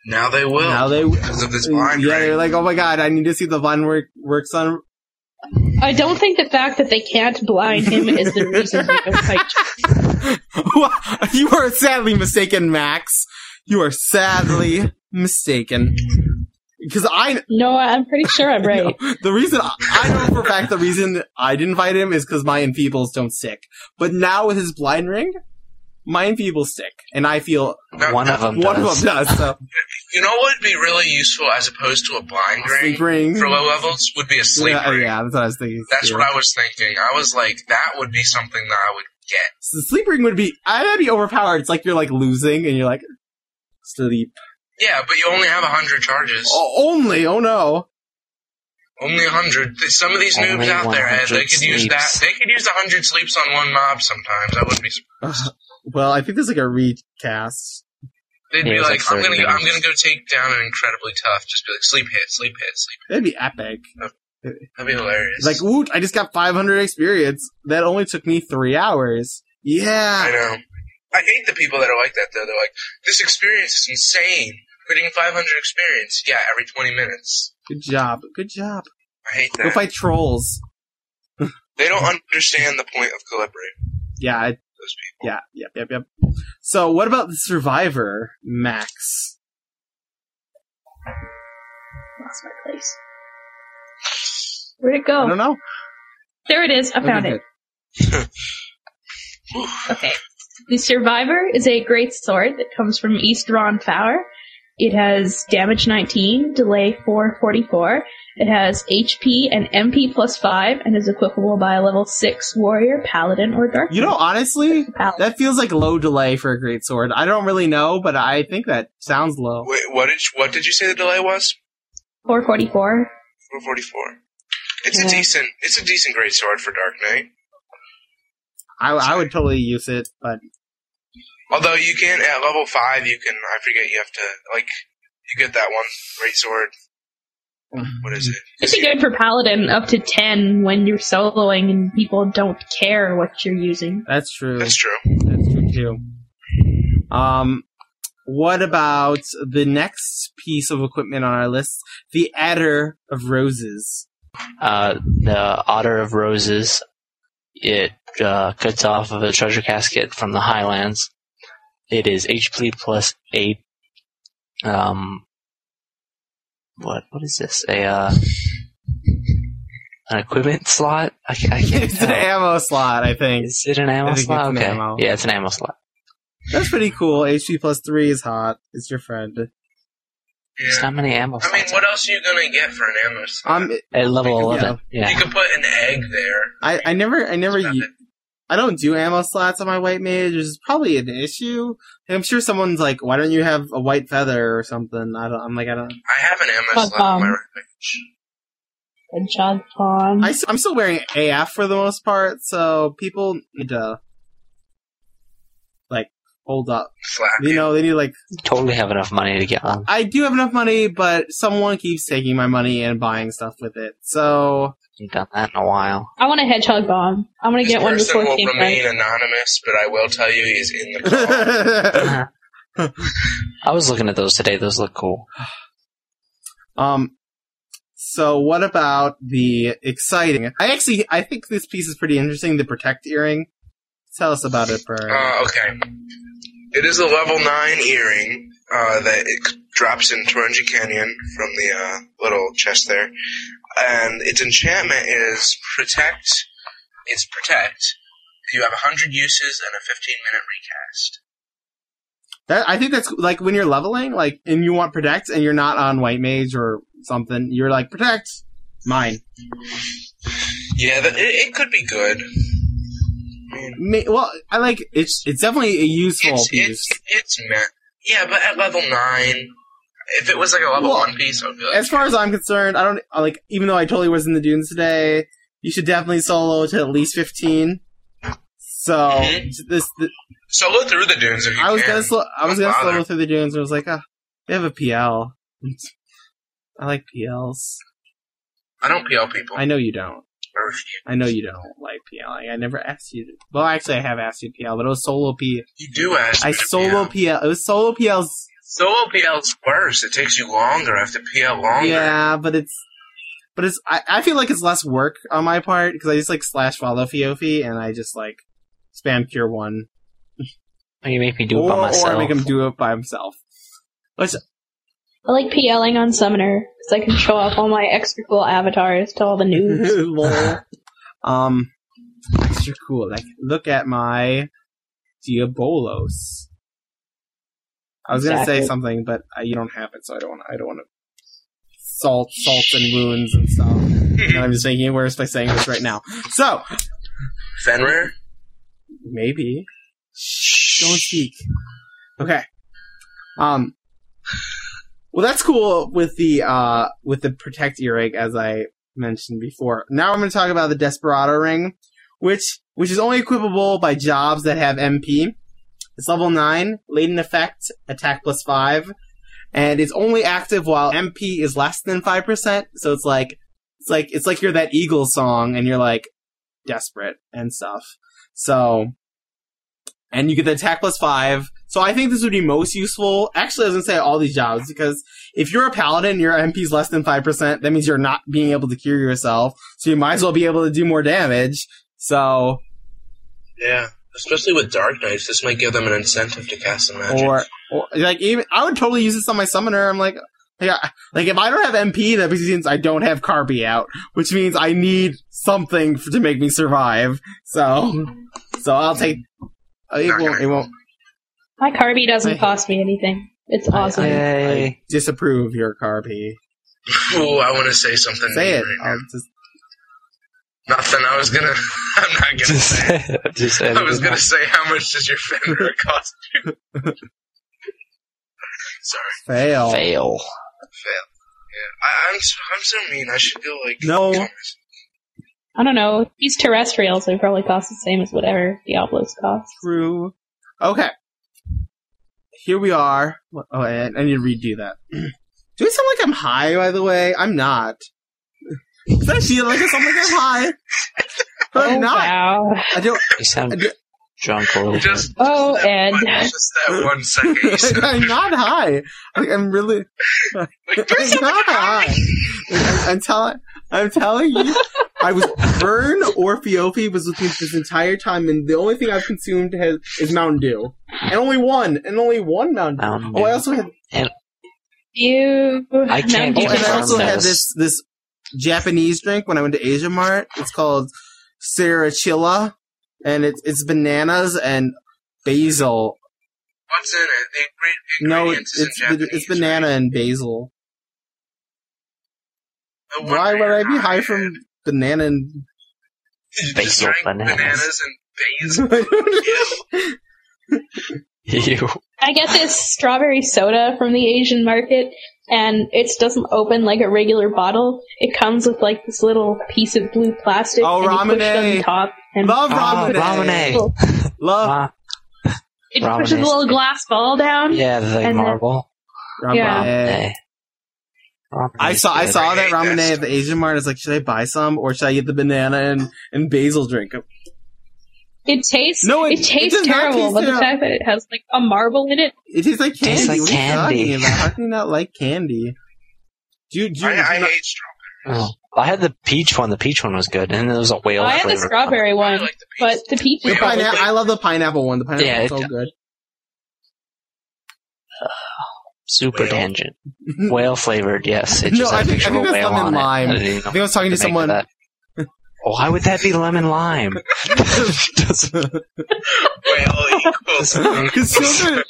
Now they will.
Now they.
because of this blind
Yeah,
ring.
they're like, oh my god, I need to see the blind work works on.
I don't think the fact that they can't blind him is the reason they don't fight.
you are sadly mistaken, Max. You are sadly mistaken. Because I
No, I'm pretty sure I'm right.
the reason I know for a fact the reason I didn't fight him is because my enfeebles don't stick. But now with his blind ring, my enfeebles stick, and I feel
Now-
One of them
one
does.
of them does. So
You know what would be really useful as opposed to a blind ring
sleep ring.
for low levels would be a sleep
yeah,
ring.
yeah, that's what I was thinking.
That's
too.
what I was thinking. I was like, that would be something that I would get.
So the sleep ring would be. I would be overpowered. It's like you're like losing, and you're like sleep.
Yeah, but you only have a hundred charges.
Oh, only. Oh no.
Only a hundred. Th- Some of these
Only
noobs out there, Ed, they
100
could use that.
sleeps.
They could use a hundred sleeps on one mob sometimes. I wouldn't be. surprised.
Well, I think there's like a recast.
They'd
Yeah,
be
it's
like,
like
I'm gonna,
30
go, I'm
minutes.
gonna go take down an incredibly tough. Just be like, sleep hit, sleep hit, sleep.
That'd be epic.
That'd be hilarious.
It's like, ooh, I just got 500 experience. That only took me three hours.
I
Yeah.
know. I hate the people that are like that though. They're like, this experience is insane. We're getting 500 experience. Yeah, every 20 minutes.
Good job. Good job.
I hate
Go
that.
fight trolls.
They don't understand the point of collaborate.
Yeah, I,
Those
yeah, yep, yep, yep. So, what about the survivor, Max?
Lost my place. Where'd it
I don't
go?
know.
There it is. Oh, I found
Okay,
it. Okay. The Survivor is a great sword that comes from East Ron Fower. It has damage 19, delay 444. It has HP and MP plus 5, and is equipable by a level 6 warrior, paladin, or dark
You know, honestly,
paladin.
that feels like low delay for a great sword. I don't really know, but I think that sounds low.
Wait, what did what did you say the delay was?
444.
Four forty four. It's
Yeah.
a decent it's a decent great sword for Dark Knight.
I, I would totally use it, but
Although you can at level five, you can I forget you have to like you get that one great sword. What is it?
It'd be good for paladin up to 10 when you're soloing and people don't care what you're using.
that's true.
That's true.
That's true too. Um, what about the next piece of equipment on our list? The adder of roses.
Uh, the Otter of Roses. It uh, cuts off of a treasure casket from the Highlands. It is HP plus eight. Um, what what is this? A uh, an equipment slot? I, ca- I can't
It's an
tell.
ammo slot, I think.
Is it an ammo
I think it's
slot?
an
okay,
ammo.
yeah, it's an ammo slot.
That's pretty cool. HP plus three is hot. It's your friend.
There's
Yeah.
not many ammo
I mean,
slots
what else are you gonna get for an ammo? slot?
Um,
at level
Yeah.
eleven. Yeah.
You could put an egg there.
I, I never, I never,
Stop
u-
it.
I don't do ammo slots on my white mage. It's probably an issue. I'm sure someone's like, why don't you have a white feather or something? I don't, I'm like, I don't,
I have an ammo
But,
slot on my
um,
right
And John Pawn.
I, s- I'm still wearing AF for the most part, so people need to, like, hold up.
flap.
You know, they need, like,
totally have enough money to get on.
I do have enough money, but someone keeps taking my money and buying stuff with it. So,
You've done that in a while.
I want a hedgehog bomb. I'm gonna
This
get one
person
before
will
King Fight.
remain anonymous, but I will tell you he's in the call.
um,
I was looking at those today. Those look cool.
Um, so what about the exciting? I actually, I think this piece is pretty interesting. The protect earring. Tell us about it, Burn.
Uh, okay. It is a level 9 earring uh, that it c- drops in Torunji Canyon from the uh, little chest there. And its enchantment is Protect. It's Protect. You have 100 uses and a 15 minute recast.
That, I think that's like when you're leveling, like, and you want protect, and you're not on white mage or something. You're like protect mine.
Yeah, that, it, it could be good. I mean,
Ma well, I like it's. It's definitely a useful
it's,
piece.
it's, it's meant. Yeah, but at level 9, if it was like a level
Well,
1 piece, I would be like,
as far as I'm concerned, I don't I like. Even though I totally was in the dunes today, you should definitely solo to at least fifteen. So
Mhm.
this, th
solo through the dunes if you
I was
can.
gonna slow, I was
Don't
gonna solo
bother.
through the dunes. And I was like, ah, they have a PL. I like PLs.
I don't PL people.
I know you don't.
I refuse.
I know you don't like PLing. I never asked you. To, well, actually, I have asked you to PL, but it was solo P.
You do ask.
I
me to
solo
PL.
PL. It was solo PLs.
Solo PL's worse. It takes you longer. I have to PL longer.
Yeah, but it's but it's I, I feel like it's less work on my part because I just like slash follow Fiofi and I just like spam cure one
Oh, You make me do it
or,
by
or I
myself.
make him do it by himself. Which
I like PLing on Summoner because I can show off all my extra cool avatars to all the news.
lol. Um, extra cool. Like look at my Diabolos. I was gonna say
Exactly.
something, but I, you don't have it, so I don't want. I don't want to salt, salt, and wounds and stuff. and I'm just making it worse by saying this right now. So,
Fenrir?
Maybe. Don't speak. Okay. Um. Well, that's cool with the uh with the protect earring as I mentioned before. Now I'm going to talk about the desperado ring, which which is only equipable by jobs that have MP. It's level nine, latent effect, attack plus five, and it's only active while MP is less than five percent. So it's like it's like it's like you're that Eagle song and you're like desperate and stuff. So, and you get the attack plus five. So I think this would be most useful. Actually, I was gonna say all these jobs because if you're a paladin, and your MP's less than five percent. That means you're not being able to cure yourself. So you might as well be able to do more damage. So,
Yeah. Especially with Dark Knights, this might give them an incentive to cast some magic.
or, or like even I would totally use this on my summoner. I'm like, yeah, like if I don't have MP, that means I don't have Carby out, which means I need something f to make me survive. So, so I'll take. It won't. It won't.
My Carby doesn't cost me anything. It's awesome.
uh,
I disapprove your carpy.
Ooh, I want to say something.
Say it.
right now.
I'll just,
Nothing. I was gonna. I'm not gonna
Just
say.
say it. Just edit
I was
it
gonna
out.
say how much does your Fenrir cost you? Sorry,
fail.
fail.
fail. Yeah, I, I'm so, I'm so mean. I should go like
No.
comments.
I don't know. He's terrestrial, so he probably costs the same as whatever Diablos costs.
True. Okay. Here we are. What- Oh, I, I need to redo that. Do I sound like I'm high, by the way? I'm not. Does that feel like I sound like I'm high? But I'm
oh,
not.
wow.
I don't.
You sound
I-
drunk a little bit.
Just,
Oh,
just that
Ed.
One, just that one second. You said,
I'm not high. Like, I'm really.
like,
I'm
"There's
not high. I'm, I'm telling. I'm telling you. I was Vern Orfeope was with me this entire time, and the only thing I've consumed has, is Mountain Dew, and only one, and only one Mountain Dew.
Mountain
Oh, I
Dew.
also had.
You.
I
Mountain
can't
Dew
Oh, and
get
I
Confirm
also had
this.
this this Japanese drink when I went to Asia Mart. It's called Sarachilla, and it's it's bananas and basil.
What's in it? The ingre-
No,
ingredients
it's
is in
it's,
Japanese,
it's banana and basil.
right? No
Why
wonder
would I
you're
be high
not
from banana and
You just
Basil
drank
bananas.
and basil.
You.
I get this strawberry soda from the Asian market, and it doesn't open like a regular bottle. It comes with like this little piece of blue plastic. and
Oh,
you push
Ramune.
it on top, and
Love
Ah,
ramen.
Ramune.
Well,
Love
Ah,
it
Ramune.
pushes a little glass ball down.
yeah, the
then-
marble.
ramen.
Yeah.
Ramune.
I saw I
Ramene's
saw that
hate that
ramen
stuff.
at the Asian Mart. I was like, should I buy some or should I get the banana and, and basil drink?
It tastes
No,
no, it,
it- it
tastes
does not
terrible,
taste
but the
terrible.
fact that it has like a marble in it,
It tastes like candy.
Tastes like
what are you talking
candy.
about? How can you not like candy? Do you, do you, do you
I, I
not-
hate strawberry.
good. Oh, I had the peach one. The peach one was good, and there was a whale.
Oh, I had the
flavor.
strawberry
I
one,
like the
but the peach
the
is
Yeah,
probably
pineapple, I love the pineapple one. The pineapple
Yeah,
is
it-
so good.
Super
Whale.
tangent. Whale flavored. Yes, it
No,
just
I
had a
think- I
picture of
think
a
that's
whale
lemon
on it.
lime.
I didn't even know
I think I was talking to
what to make of
someone.
that. Why would that be lemon lime? Doesn't-
Well, equals.
It's so good.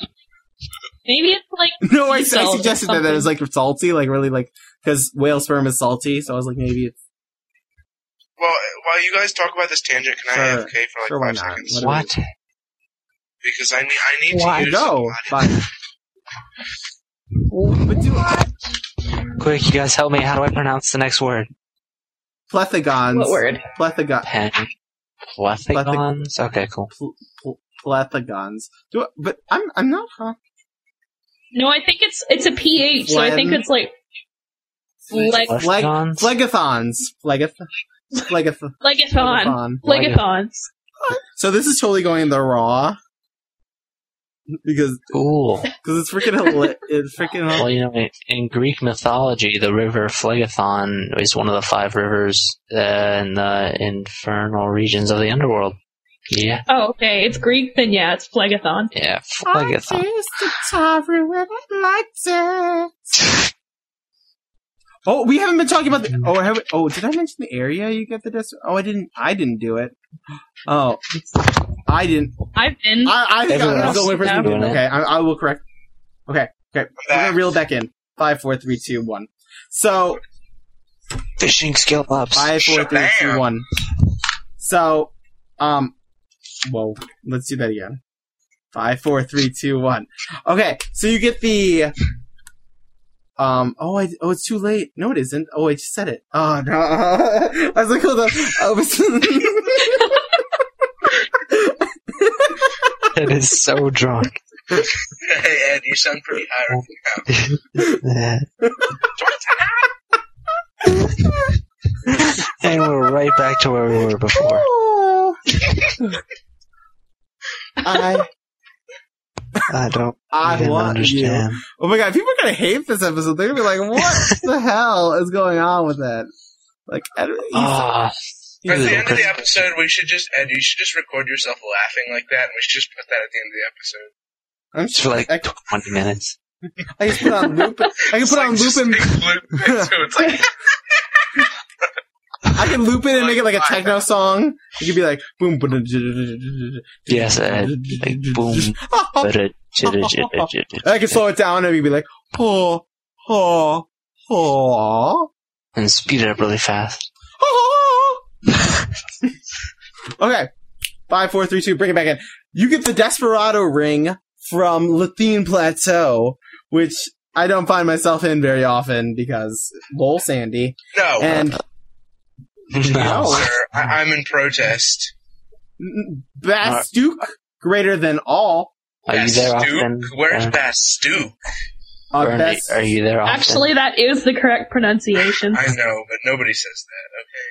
maybe it's like
No, I, I
Sea salt or
suggested that that it was like salty, like really like because whale sperm is salty. So I was like, maybe it's
Well, while you guys talk about this tangent, can I
Sure.
AFK for like
Sure, why
five
not?
seconds?
What-
what?
Because I need, I need
Why
to use
go.
the body.
Fine. But do
Quick, you guys help me. How do I pronounce the next word?
plethagons.
what word?
Plethagon.
Pen. Plethagons? Okay, cool.
Pl- pl- plethagons. Do I, but I'm I'm not huh?
No, I think it's it's a pH, so I think
Phlegm.
it's like like
Flag-
Plethagons?
Phlegathons. Phlegath- Phlegath-
legathon,
Phlegathon.
legathons.
So this is totally going in the raw because
cool.
because it's freaking hila- it's freaking
Well, you know, in, in Greek mythology, the river Phlegathon is one of the five rivers uh, in the infernal regions of the underworld. Yeah,
Oh, okay, it's Greek, then yeah, it's phlegathon.
yeah, Phlegathon.
Oh, we haven't been talking about the. Oh, have we, oh, did I mention the area you get the desk? Oh, I didn't. I didnn't do it. Oh, I didn't.
I've been.
I, I think
Everyone
I was
else
the only person. who
doing
didn't.
it.
Okay, I, I will correct. Okay, okay, we're gonna reel it back in. Five, four, three, two, one. So
Fishing skill ups.
Five, four, three, two,
Shabam.
one. So, um, whoa, let's do that again. Five, four, three, two, one. Okay, so you get the, um, oh, I, oh, it's too late. No, it isn't. Oh, I just said it. Oh no, I was like, hold on. I was.
It is so drunk.
Hey, Ed, you sound pretty high. right now.
and
What's that?
we're right back to where we were before.
I,
I don't
I
even
want you.
understand.
Oh my god, people are gonna hate this episode. They're gonna be like, what the hell is going on with that? Like, I don't,
Ah,
At the
Yeah,
end of the
okay.
episode, we should just Ed, you should just record yourself laughing like that, and we should just put that at the
I'm
end of the episode.
it's for like
I,
20 minutes.
I can put on loop. I can
It's
put
like,
on loop
just
and
big loop. So it's like
I can loop it and make it like a
Like,
techno song. You could be like boom. boom,
Yes, uh, like boom.
I can slow it down and you'd be like oh oh oh.
and speed it up really fast.
okay. Five, four, three, two, bring it back in. You get the Desperado ring from Lathine Plateau, which I don't find myself in very often because lol Sandy.
Oh,
No,
And
No.
sir, I- I'm in protest.
Bastuke greater than all.
Are you there
Bastook?
often?
Where's
uh,
Bastook?
Uh,
Bernie,
best-
Are you there often?
Actually, that is the correct pronunciation.
I know, but nobody says that. Okay.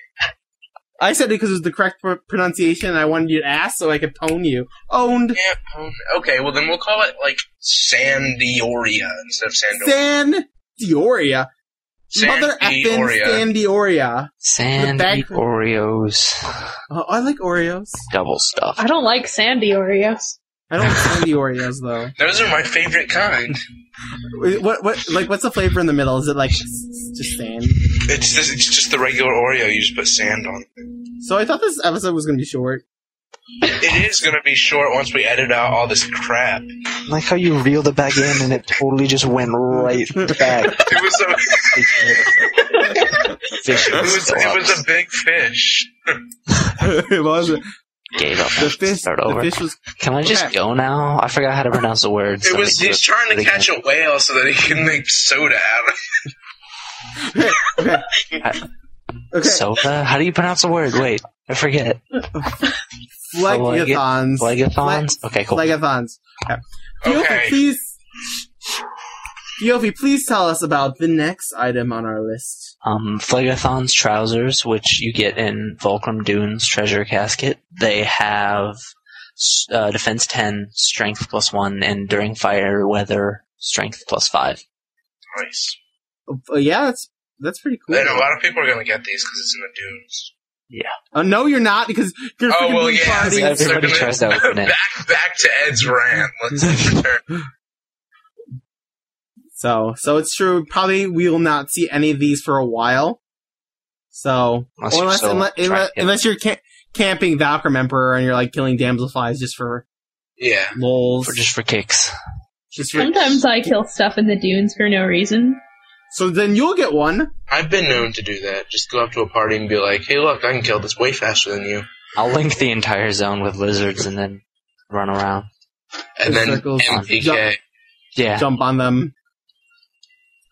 I said it because it was the correct pr- pronunciation and I wanted you to ask so I could pwn you. Owned
Yeah, um, okay, well then we'll call it like Sandioria instead of Sandor.
San Dioria. Mother effing
Sandioria.
San Dioria.
Sandy
back-
Oreos.
Oh, I like Oreos.
Double stuff.
I don't like sandy Oreos.
I don't like Sandy Oreos though.
Those are my favorite kind.
What what like what's the flavor in the middle? Is it like s- s- just sand?
It's just, it's just the regular Oreo. You just put sand on. it.
So I thought this episode was gonna be short.
It is going to be short once we edit out all this crap. It
like how you reeled it back in and it totally just went right back.
was a, it was, it was a big fish.
it was the
Gave up.
fish.
Start
the
over.
fish was
Can I just
Okay.
go now? I forgot how to pronounce the words.
It was he's trying to catch
a.
a whale so that he can make soda out of.
okay.
Soda? How do you pronounce the word? Wait, I forget.
Phlegathons.
Legathons? Okay, cool.
Phlegathons. Okay. Theophi,
Okay.
please. Theophi, please tell us about the next item on our list.
um, Phlegathon's trousers, which you get in Volcrum Dune's treasure casket. They have s- uh, defense 10, strength plus 1, and during fire weather, strength plus 5.
it. Nice.
Uh, yeah, that's that's pretty cool.
And a lot of people are going to get these because it's in the dunes.
Uh, no, you're not because you're
Oh
freaking
well,
being
yeah.
party.
they're
Everybody
gonna-
tries that one, isn't it?
Back back to Ed's rant. Let's return.
So, so it's true. Probably we will not see any of these for a while. So,
Unless you're
unless
still
unless,
trying to
unless,
get-
unless you're ca- camping Valkyrie Emperor and you're like killing damselflies just for
Yeah.
lols,
For, just for kicks.
just for-
Sometimes I kill stuff in the dunes for no reason.
so then you'll get one.
I've been known to do that. Just go up to a party and be like, "Hey, look, I can kill this way faster than you,"
I'll link the entire zone with lizards and then run around.
and then
Circles.
MPK.
Yeah.
Jump on them.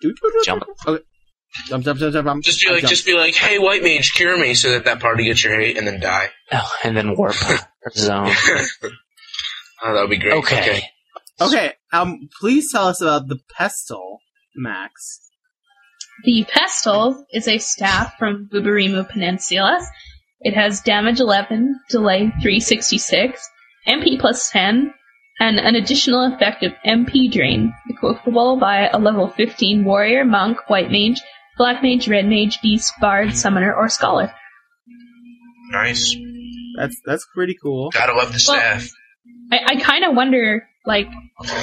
Do- do- do-
Jump.
Okay. Jump, jump, jump, jump, jump.
Just be
I
like,
jump.
just be like, "Hey, white mage, cure me," so that that party gets your hate and then die.
Oh, and then warp zone.
Oh, that would be great.
Okay.
okay. Um, please tell us about the pestle, Max.
The pestle is a staff from Bubarimo Peninsula. It has damage 11, delay 366, MP plus 10, and an additional effect of MP Drain, equipable by a level 15 warrior, monk, white mage, black mage, red mage, beast, bard, summoner, or scholar.
Nice.
That's that's pretty cool.
Gotta love the
Well-
staff.
I, I kind of wonder, like,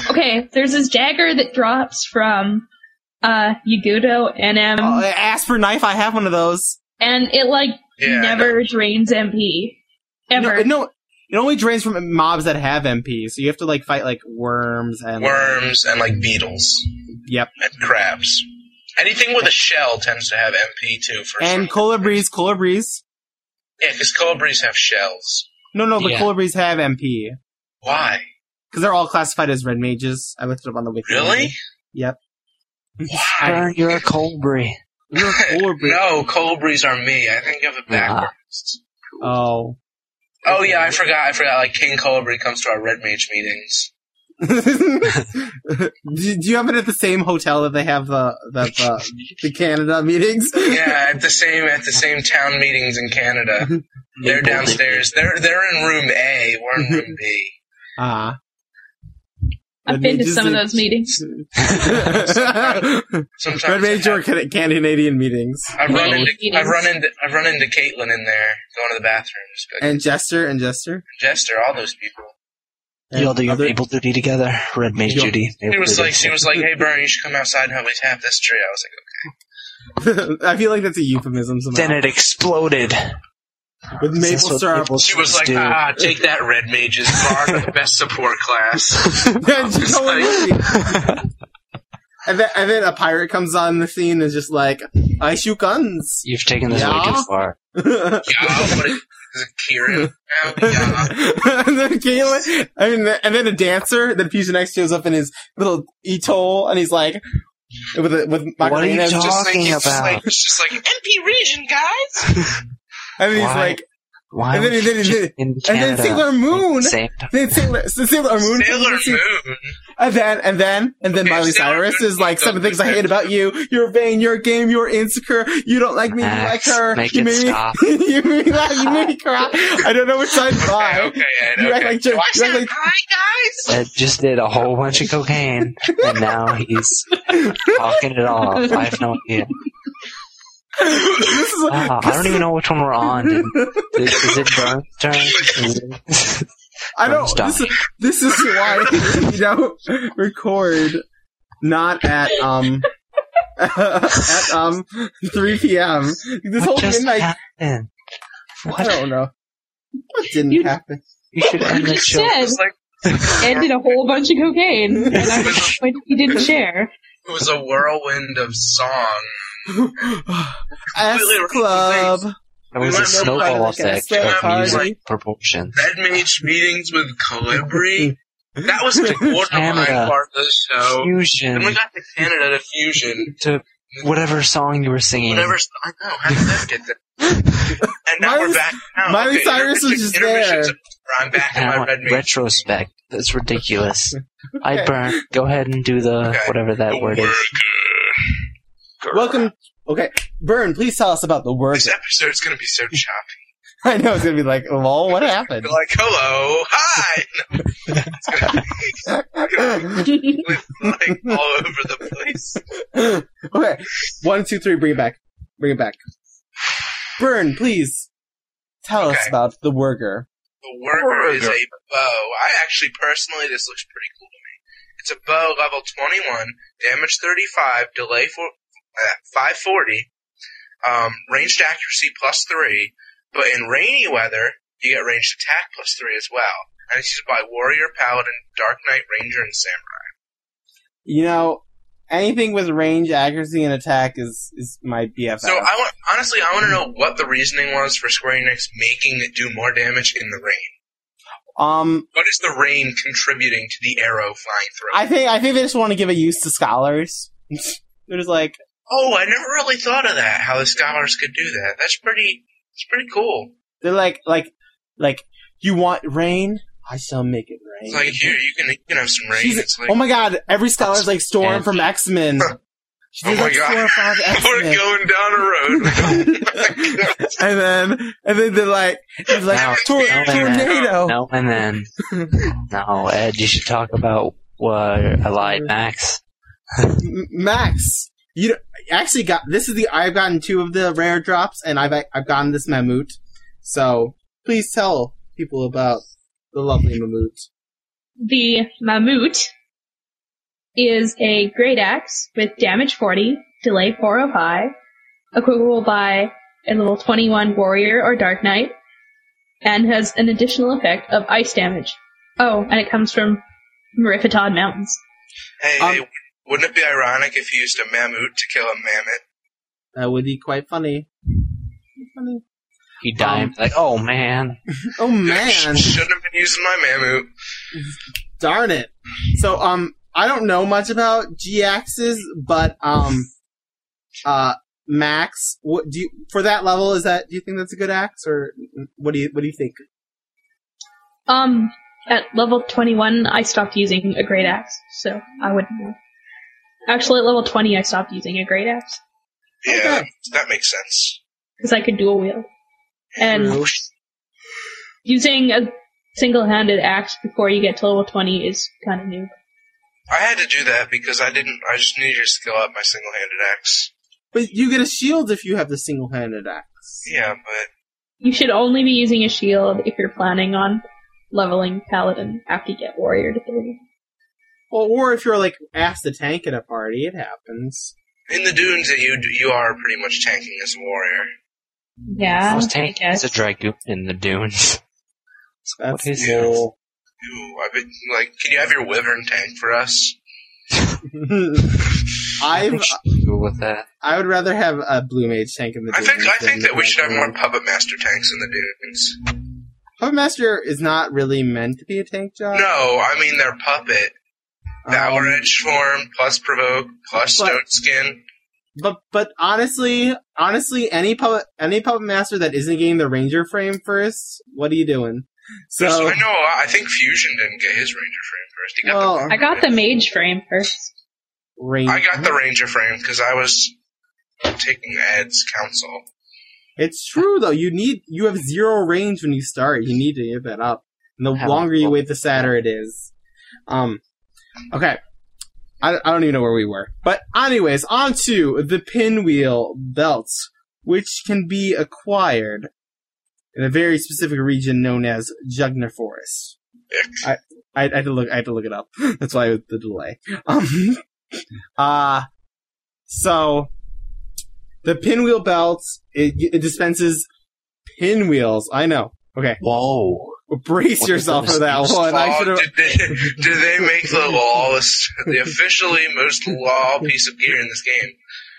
okay, there's this dagger that drops from uh, Yagudo NM,
Oh,
Uh, ask for knife. I have one of those.
and it, like,
Yeah, I
never drains MP. Ever.
No, it- no, it only drains from mobs that have MP. So you have to like fight like worms and
Worms and like beetles
Yep,
and crabs. Anything with a shell tends to have MP too. For
and
some-
colibris, colibris.
yeah, because colibris have shells.
No, no, but
Yeah.
colibris have MP
Why?
because they're all classified as red mages. I looked it up on the wiki.
Really?
Yep.
Burn, you're a Colbury.
You're a colibri.
No, colibris are me. I think of
Ah.
it backwards.
Oh.
Oh yeah, I forgot. I forgot. Like King Colibri comes to our red mage meetings.
do, do you have it at the same hotel that they have the the the, the Canada meetings?
Yeah, at the same at the same town meetings in Canada. They're
Maple
downstairs. They're they're in room A. We're in room B.
Ah.
I've
Red
been to
mages
some of
are-
those meetings.
red
Sometimes
mage
I
or Can- Canadian meetings.
I've run
Red
into
mage
I've run into I've run into Caitlin in there going to the bathroom. Just be like,
And Jester and Jester.
Jester, all those people.
And
Y'all do your
other-
people duty together. Red mage
Yo.
duty.
She
Maple
was
duty.
like she was like, hey Brian, you should come outside and help me tap this tree. I was like,
I feel like that's a euphemism somehow.
Then it exploded.
With maple
That's what
syrup.
maple
She was
syrups
like,
do.
ah, take that, Red Mages. Bard are the best support class.
Yeah, she totally would be. and, then, and then a pirate comes on the scene and is just like, I shoot guns.
You've taken this way
Yeah.
too far.
Yeah, what is it, Kieran? Yeah, yeah.
and then Caitlin, I mean, and then a dancer that Fusion X shows up in his little etole, and he's like, with a, with
What are you
Macarena,
talking
Just like, it's just
about?
like, it's just like, MP region, guys!
and then he's
Why?
like,
Why?
And then-
was
and then-
she
and then-
in
and then
Canada
Sailor
at
Moon.
the same time?
then Sailor, so Sailor Moon,
Sailor Moon.
and then and then and then
Okay,
Miley
Sailor
Cyrus
Moon
is like,
fucked
seven
up
things I
with
hate about you. You're vain. You're game. You're insecure. You don't like me. You like
Max,
her.
make
you
it
made me.
stop.
you made me laugh. You made me cry. I don't know which side's
Okay,
mine.
okay, and
You act
okay.
like Jer-
Do
you
I
act
sound
like-
high, guys?
That just did a whole bunch of cocaine, and now he's talking it off. I have no idea.
this is
Ah, I don't even know which one we're on. Did, did, is it Burns' turn? Is it-
I don't.
Stop.
This is, this is why we don't record not at um at um 3 p.m. This whole
what just
midnight.
happened?
I
What?
don't know. What didn't
You-
happen?
You should end the
He
show.
said
It's like,
ended a whole bunch of cocaine, and I was disappointed he didn't share.
it was a whirlwind of song.
S
Completely wrong
Club.
It was
We
a
might know why,
snowball
like, a
effect
snow
of music
party.
proportions.
Red Mage meetings with Calibri. That was the borderline
Canada.
part of the show. Then we
Fusion
got to Canada to Fusion.
to whatever song you were singing.
Whatever. I know. How did that get there? And now
Miley-
we're back. Now,
Miley Cyrus was just
intermission- intermission's
there.
over. I'm back in my
Now,
red mage.
retrospect. That's ridiculous. I
Okay.
burn. Go ahead and do the
Okay.
whatever that word is.
Welcome. Okay, Burn. Please tell us about the work.
This episode's gonna be so choppy.
I know it's gonna be like, lol, what happened?
Be like, hello, hi. No, it's gonna be-
"Oh
like all over the place.
okay, one, two, three. Bring it back. Bring it back. Burn. Please tell us
Okay.
about the worker.
The worker is a bow. I actually personally, this looks pretty cool to me. It's a bow, level 21, damage 35, delay for uh, 540, um, ranged accuracy plus three. But in rainy weather, you get ranged attack plus three as well. And it's used by warrior, paladin, dark knight, ranger, and samurai.
You know, anything with range, accuracy, and attack is is my BFF.
So I want, honestly, I want to know what the reasoning was for Square Enix making it do more damage in the rain.
um,
What is the rain contributing to the arrow flying through?
I think I think they just want to give a use to scholars. They're just like,
Oh, I never really thought of that. How the scholars could do that. That's pretty. It's pretty cool.
they're like, like, like, you want rain? I shall make it rain.
It's like here, you can you can have some rain.
She's-
it's like
oh my god, every scholar's like Storm from X Men.
Oh
She's
my
like
God.
Storm from
we're
X
going down a road.
Men. and then, and then they're like, it's like
No,
"Tor-
no, no, no,
tornado.
No, and then no, Ed. You should talk about what Eli Max.
M- Max, you don't- I actually got this is the I've gotten two of the rare drops, and I've I've gotten this mammut. So please tell people about the lovely mammut.
The Mammut is a great axe with damage 40, delay 405, equivalent by a level 21 warrior or dark knight, and has an additional effect of ice damage. Oh, and it comes from Merifatod Mountains.
hey,
Um,
hey, wouldn't it be ironic if you used a mammut to kill a mammoth?
That would be quite funny. Funny.
He died.
Um,
like, oh man,
Oh man,
shouldn't have been using my mammut.
darn it! So um, I don't know much about G axes, but um, uh, Max, what do you for that level? Is that do you think that's a good axe, or what do you what do you think?
Um, at level 21, I stopped using a great axe, so I wouldn't know. Actually, at level 20, I stopped using a great axe,
Oh,
Yeah, that,
Okay.
that makes sense.
because I could dual wield. And
True.
using a single-handed axe before you get to level 20 is kind of new.
I had to do that because I didn't. I just needed to skill up my single-handed axe.
But you get a shield if you have the single handed axe.
Yeah, but
You should only be using a shield if you're planning on leveling paladin after you get warrior to 30.
Or, or if you're like ass the tank at a party, it happens.
In the dunes, that you you are pretty much tanking as a warrior.
Yeah,
I was
I
taking
guess.
a dragoon in the dunes.
That's
What is
no- Ooh, I've been like, can you have your wyvern tank for us?
I've
Cool with that.
I would rather have a blue mage tank in the.
I think
dunes
I think
than
that we should have more
dragon.
puppet master tanks in the dunes.
Puppet master is not really meant to be a tank job.
No, I mean they're puppet. The
Um,
hour edge form plus provoke plus
But-
stone skin.
But but honestly, honestly, any puppet any puppet master that isn't getting the ranger frame first, what are you doing? So
I know. I think Fusion didn't get his ranger frame first. He got
Well,
the
I
puppet.
got the mage frame first.
ranger,
I got the ranger frame because I was taking Ed's counsel.
It's true though. You need you have zero range when you start. You need to get that up. And the
Have a
longer you
goal.
wait, the sadder it is. Um. Okay. I, I don't even know where we were. But anyways, on to the pinwheel belts, which can be acquired in a very specific region known as Jugna Forest. I, I, I had to look I had to look it up. That's why the delay. Um, uh, so the pinwheel belts it, it dispenses pinwheels. I know. Okay,
Whoa.
brace
What
yourself
is
for that
this?
one. I
Oh,
should have.
did, they, did they make the lawless, the officially most law piece of gear in this game?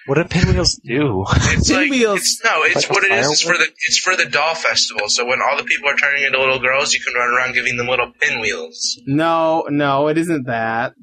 What do pinwheels do?
It's like
Pinwheels.
it's, no, it's
Like
what it is. It's for
fireworks?
the it's for the doll festival. So when all the people are turning into little girls, you can run around giving them little pinwheels.
No, no, it isn't that.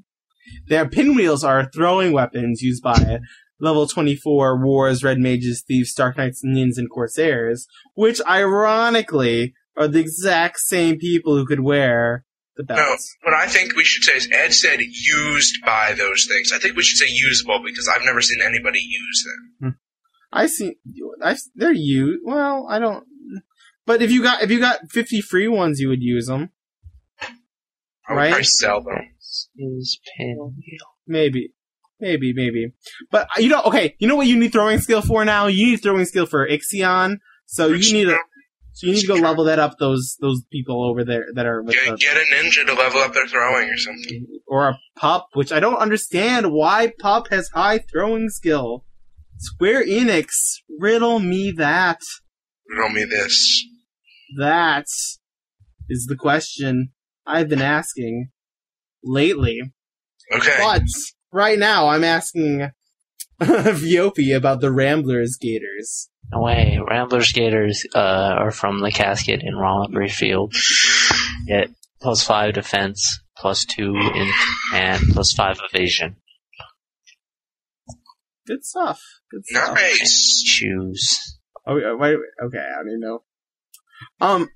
Their pinwheels are throwing weapons used by level 24 wars, red mages, thieves, dark knights, ninjas, and corsairs, which ironically are the exact same people who could wear the
No,
belts.
what I think we should say is Ed said used by those things. I think we should say usable because I've never seen anybody use them.
I see, I, they're you. Well, I don't. But if you got if you got 50 free ones, you would use them.
I would
Right.
probably sell them.
This is pinwheel.
Maybe. Maybe, maybe. But uh, you know, okay, you know what you need throwing skill for now? You need throwing skill for Ixion. So you need to so you need to go level that up those those people over there that are with
Get,
the,
get a ninja to level up their throwing or something.
or a pup, which I don't understand why pup has high throwing skill. Square Enix, riddle me that.
Riddle me this.
That is the question I've been asking lately.
Okay.
But right now, I'm asking Viopi about the Ramblers Gators.
No way. Rambler skaters uh, are from the casket in Ronald Reedfield. Get plus five defense, plus two int, and plus five evasion.
Good stuff. Good stuff.
Nice.
Choose.
Oh, wait, wait, okay, I don't even know. Um,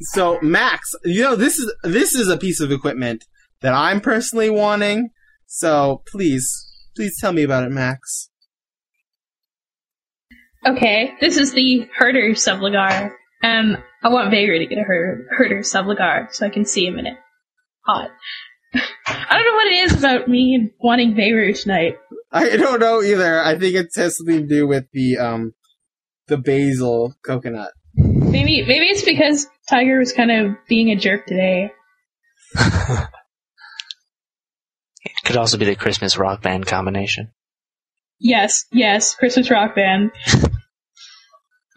so Max, you know this is this is a piece of equipment that I'm personally wanting. So please, please tell me about it, Max.
Okay, this is the herder subligar. Um, I want Vagri to get a herder, herder subligar so I can see him in it. Hot. I don't know what it is about me and wanting Vagri tonight.
I don't know either. I think it has something to do with the um the basil coconut.
Maybe maybe it's because Tiger was kind of being a jerk today.
It could also be the Christmas rock band combination.
Yes, yes, Christmas rock band.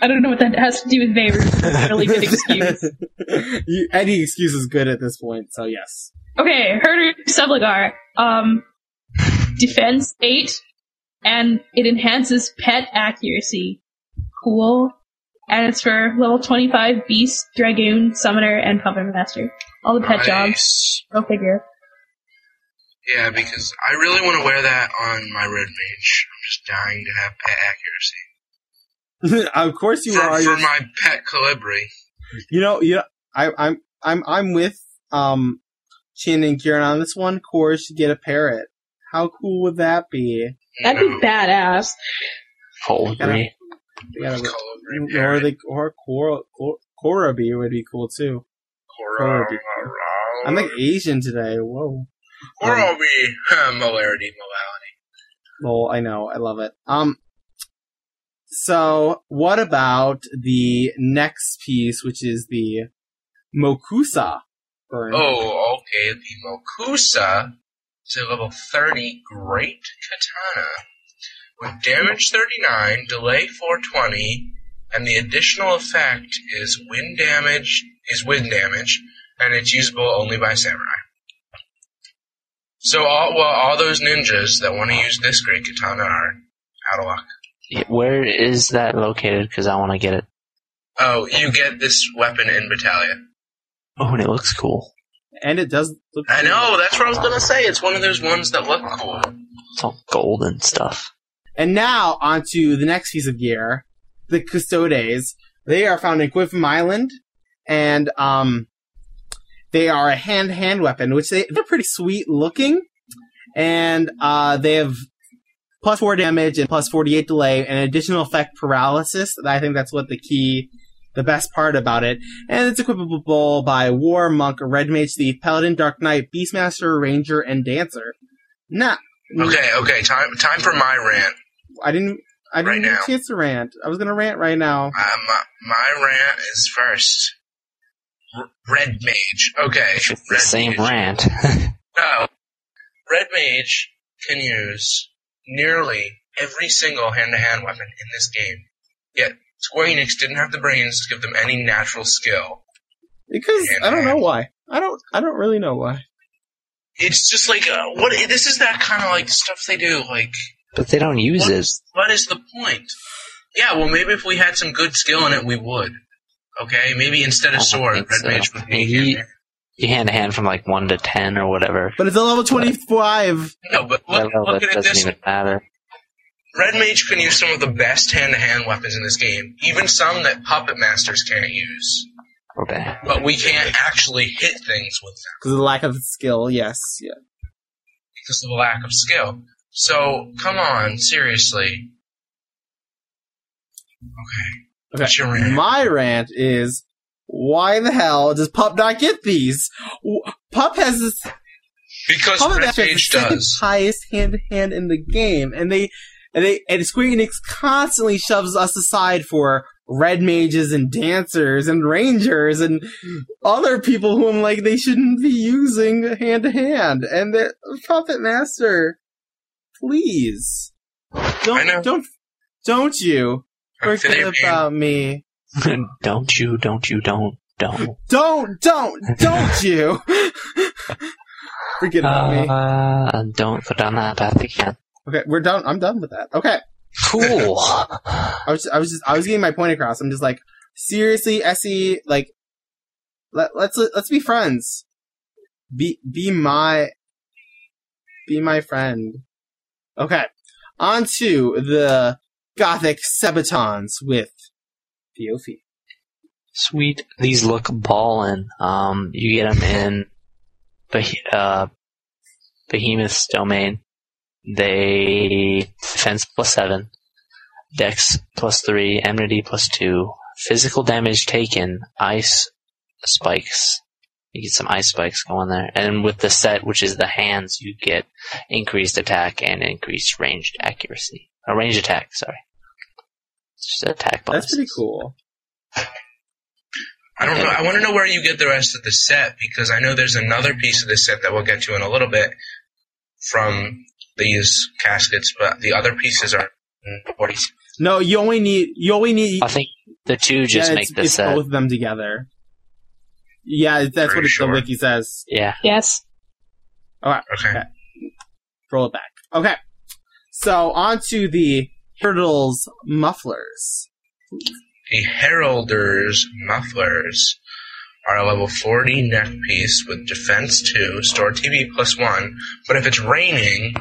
I don't know what that has to do with Vagri. but It's a really good excuse.
You- Any excuse is good at this point. So yes.
Okay, Herder Subligar. Um, defense 8, and it enhances pet accuracy. Cool. And it's for level 25 Beast, Dragoon, Summoner, and Puppet Master. All the pet jobs.
Nice.
Go figure.
Yeah, because I really want to wear that on my red mage. I'm just dying to have pet accuracy.
of course you are.
for,
You're
for my pet Calibri.
You know, you know, I, I'm, I'm, I'm with um, Chin and Kieran on this one. Core should get a parrot. How cool would that be?
That'd be badass.
Holy.
Yeah.
You
Yeah,
know,
but-
Calibri
Or
parrot.
the or Cora Korabi would be cool too.
Coral-
Corby. I'm like Asian today. Whoa.
Coralby. Molarity, molality.
Lol, I know, I love it. Um, so what about the next piece, which is the Mokusa burn?
Oh, okay. The Mokusa is a level 30 great katana with damage 39, delay 420, and the additional effect is wind damage is wind damage, and it's usable only by samurai. So all well, all those ninjas that want to use this great katana are out of luck.
Yeah, Where is that located? Because I want to get it.
Oh, you get this weapon in Battalia.
Oh, and it looks cool.
And it does look.
I know, that's what I was gonna say. It's one of those ones that look cool.
It's all gold and stuff.
And now onto the next piece of gear, the Custodes. They are found in Quivim Island, and um, they are a hand-hand weapon, which they they're pretty sweet looking, and uh, they have plus four damage and plus forty-eight delay, and additional effect paralysis. And I think that's what the key, the best part about it. And it's equipable by War Monk, Red Mage, Thief, Paladin, Dark Knight, Beastmaster, Ranger, and Dancer. Nah,
Okay, okay, time time for my rant.
I didn't. I didn't
Right
get
now.
a chance to rant. I was gonna rant right now.
Uh, my, my rant is first. R- Red Mage. Okay.
It's the
Red
same
Mage.
rant.
No. Red Mage can use nearly every single hand to hand weapon in this game. Yet, Square Enix didn't have the brains to give them any natural skill.
Because
Yeah,
I don't know
man.
why. I don't. I don't really know why.
It's just like, uh, what? This is that kind of like stuff they do. Like,
but they don't use
what,
it.
what is the point? Yeah, well, maybe if we had some good skill in it, we would. Okay, maybe instead
I
of
don't
sword,
think
Red
so.
Mage would be.
He- You hand to hand from like one to ten or whatever.
But it's a level twenty-five.
No, but look,
Well,
look
that
at it
doesn't
this
even matter.
Red Mage can use some of the best hand-to-hand weapons in this game, even some that Puppet Masters can't use.
Okay.
But we can't actually hit things with them
Because of the lack of skill. Yes. Yeah.
because of the lack of skill. So, come on, seriously.
Okay.
What's your rant?
My rant is why the hell does Pup not get these? W- Pup has this.
Because
Pup
Red
has the
Mage
second
does.
highest hand-to-hand in the game, and they and they and Square Enix constantly shoves us aside for. Red mages and dancers and rangers and other people who I'm like they shouldn't be using hand to hand and the puppet master please
I know.
don't don't don't you
I'm
forget
kidding, man.
about me
don't you? Don't you? Don't don't.
don't don't don't you forget about me
Uh, don't go down that path again.
okay we're done I'm done with that okay
Cool.
I was, I was just, I was getting my point across. I'm just like, seriously, Essie, like, let, let's, let's be friends. Be, be my, be my friend. Okay. On to the gothic Sabatons with Theophi.
Sweet. These look ballin'. Um, you get them in Beh- uh, Behemoth's domain. They defense plus seven, dex plus three, enmity plus two, physical damage taken, ice spikes. You get some ice spikes going there. And with the set, which is the hands, you get increased attack and increased ranged accuracy. A range attack, sorry. It's just an attack bonus.
That's pretty cool.
I don't know. I want to know where you get the rest of the set because I know there's another piece of the set that we'll get to in a little bit from these caskets, but the other pieces are in 40.
No, you only need, you only need,
I think the two just
yeah,
make
it's,
the
it's
set.
both of them together. Yeah, that's what
Pretty
it,
sure.
the wiki says.
Yeah.
Yes.
Okay.
roll it back. Okay. So on to the Hurdles mufflers.
The Heralder's mufflers are a level 40 neck piece with defense 2, store TB plus 1. But if it's raining,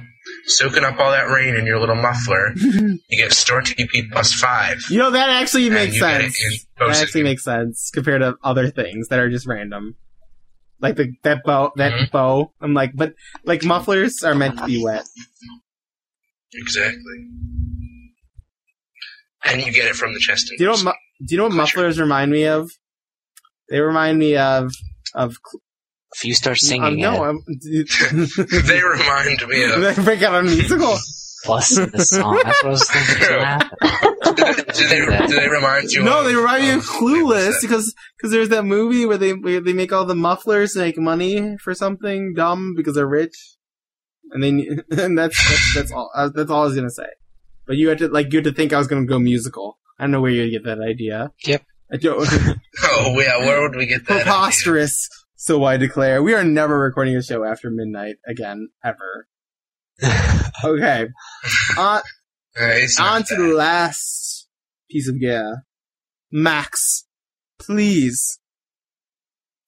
soaking up all that rain in your little muffler, you get store TP plus 5.
You know, that actually
And
makes
you get it
sense.
in
That
both
actually
systems.
makes sense compared to other things that are just random. Like the that bow that
Mhm.
bow. I'm like, but like mufflers are meant to be wet.
Exactly. And you get it from the chest.
Do you know what mu- do you know what mufflers remind me of? They remind me of of
If you start
cl-
singing
um, no,
it,
I'm, they
they remind me of.
break out a musical.
plus in the song. That's what I was thinking. was gonna happen.
do, they, do they remind you?
No,
of,
they remind me of
um,
Clueless because because there's that movie where they where they make all the mufflers make money for something dumb because they're rich, and then and that's that's, that's all uh, that's all I was gonna say. But you had to like you had to think I was gonna go musical. I don't know where you get that idea.
Yep.
I don't
Oh yeah, where would we get that? idea?
preposterous. So I declare we are never recording a show after midnight again, ever. okay. On,
Uh, it's not
on to the
that.
last piece of gear. Max, please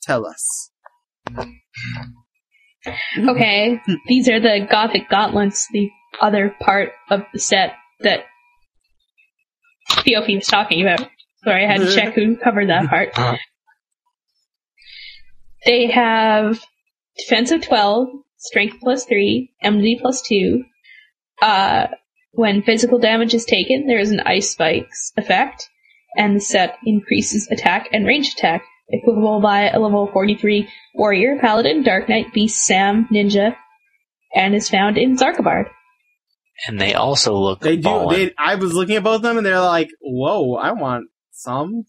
tell us.
Okay, these are the Gothic gauntlets, the other part of the set that Theophy was talking about. Sorry, I had to check who covered that part. They have defense of 12, strength plus 3, MD plus 2. Uh, when physical damage is taken, there is an ice spikes effect, and the set increases attack and range attack, equivalent by a level 43 warrior, paladin, dark knight, beast, Sam, ninja, and is found in Zarkabard.
and they also look
They do.
fallen.
They. I was looking at both of them, and they're like, "Whoa, I want some."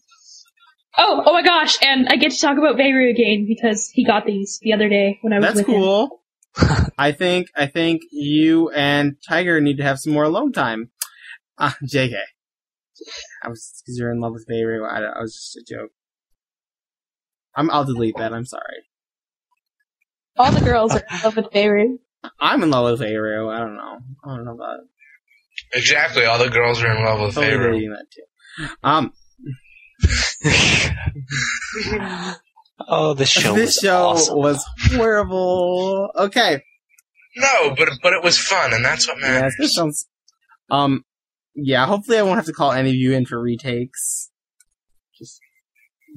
Oh, oh my gosh! And I get to talk about Veyru again because he got these the other day when I was
That's
with him.
cool. I think. I think you and Tiger need to have some more alone time. Ah, JK. I was because you're in love with Baby. I, I was just a joke. I'm. I'll delete that. I'm sorry.
All the girls are in love with Veyru.
I'm in love with Aru. I don't know. I don't know about
Exactly. All the girls are in love with
totally
Pharaoh.
deleting that too. Um,
oh, this show
this
was
show
awesome.
was horrible. Okay,
No, but but it was fun, and that's what
Yeah,
matters.
this sounds. Um, yeah. Hopefully, I won't have to call any of you in for retakes.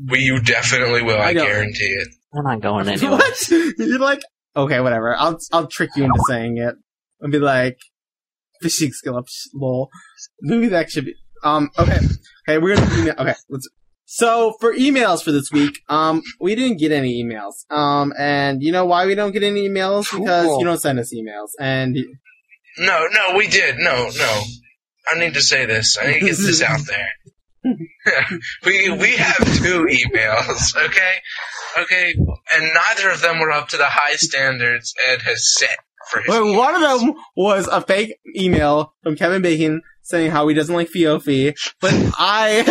We, you definitely will. I,
I know.
guarantee it.
We're not going anywhere.
What? You're like, okay, whatever. I'll I'll trick you into saying it. I'll be like, fishing skill up, sh- lol. Maybe that should be. Um, okay, okay, we're gonna email. Okay, let's. So for emails for this week, um, we didn't get any emails. Um, and you know why we don't get any emails? Because
Cool.
you don't send us emails, and
No, no, we did. No, no. I need to say this. I need to get this out there. we we have two emails, okay? Okay, and neither of them were up to the high standards Ed has set for his.
Well, one of them was a fake email from Kevin Bacon saying how he doesn't like Fiofi, but I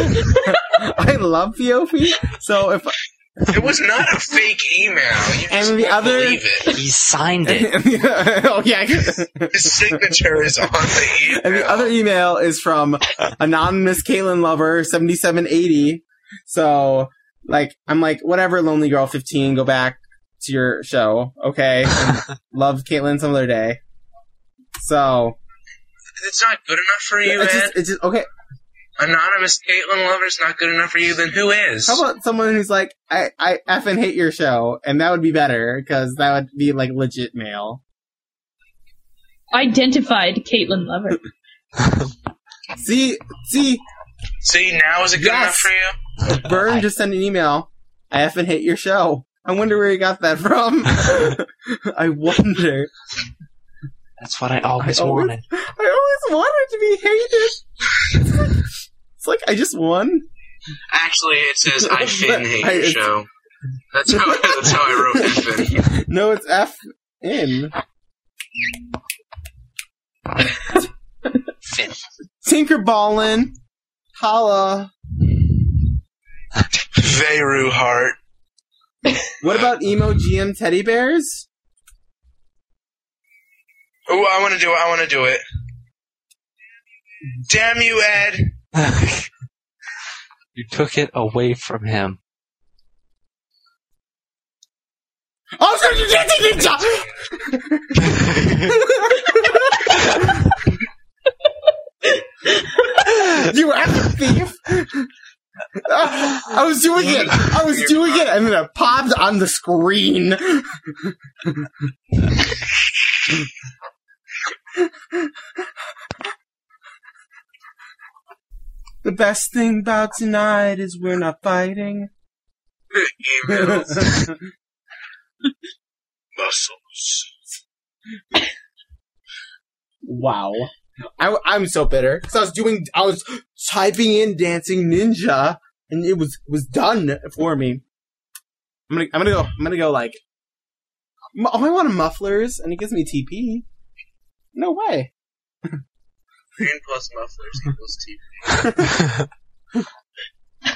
I love Fiofi. So if oh,
It was not a fake email. You just
And the
won't
other-
believe it.
He signed it.
oh yeah,
His signature is on the email.
and the other email is from anonymous Caitlin Lover seventy seven eighty. So like I'm like whatever, lonely girl fifteen, go back to your show, okay? And love Caitlin some other day. So
it's not good enough for you,
it's
Ed.
just, it's just okay.
Anonymous Caitlin Lover's not good enough for you. Then who is?
How about someone who's like, I, I effing hate your show, and that would be better because that would be like legit mail.
Identified Caitlin Lover.
See, see,
See, now is it good
Yes.
enough for you?
Burn just sent an email. I effing hate your show. I wonder where he got that from. I wonder.
That's what I always
I always-
wanted.
I always wanted to be hated. It's like I just won.
Actually, it says I Finn hate
I-
your
it's-
show. That's how, that's how I wrote that Finn.
No, it's F in.
Finn.
Tinkerballin. Holla.
Veru Heart.
What about emo GM teddy bears?
Oh, I want to do it. I want to do it. Damn you, Ed.
you took it away from him.
Oh, so you can't take ninja! you effing thief! Ah, I was doing it! I was doing it, and then it popped on the screen. the best thing about tonight is we're not fighting.
Emails, muscles.
Wow. I, am so bitter because I was doing, I was typing in dancing ninja, and it was was done for me. I'm gonna, I'm gonna go, I'm gonna go like. mu- Oh, I want a mufflers, and it gives me TP. No way.
Rain plus mufflers equals T.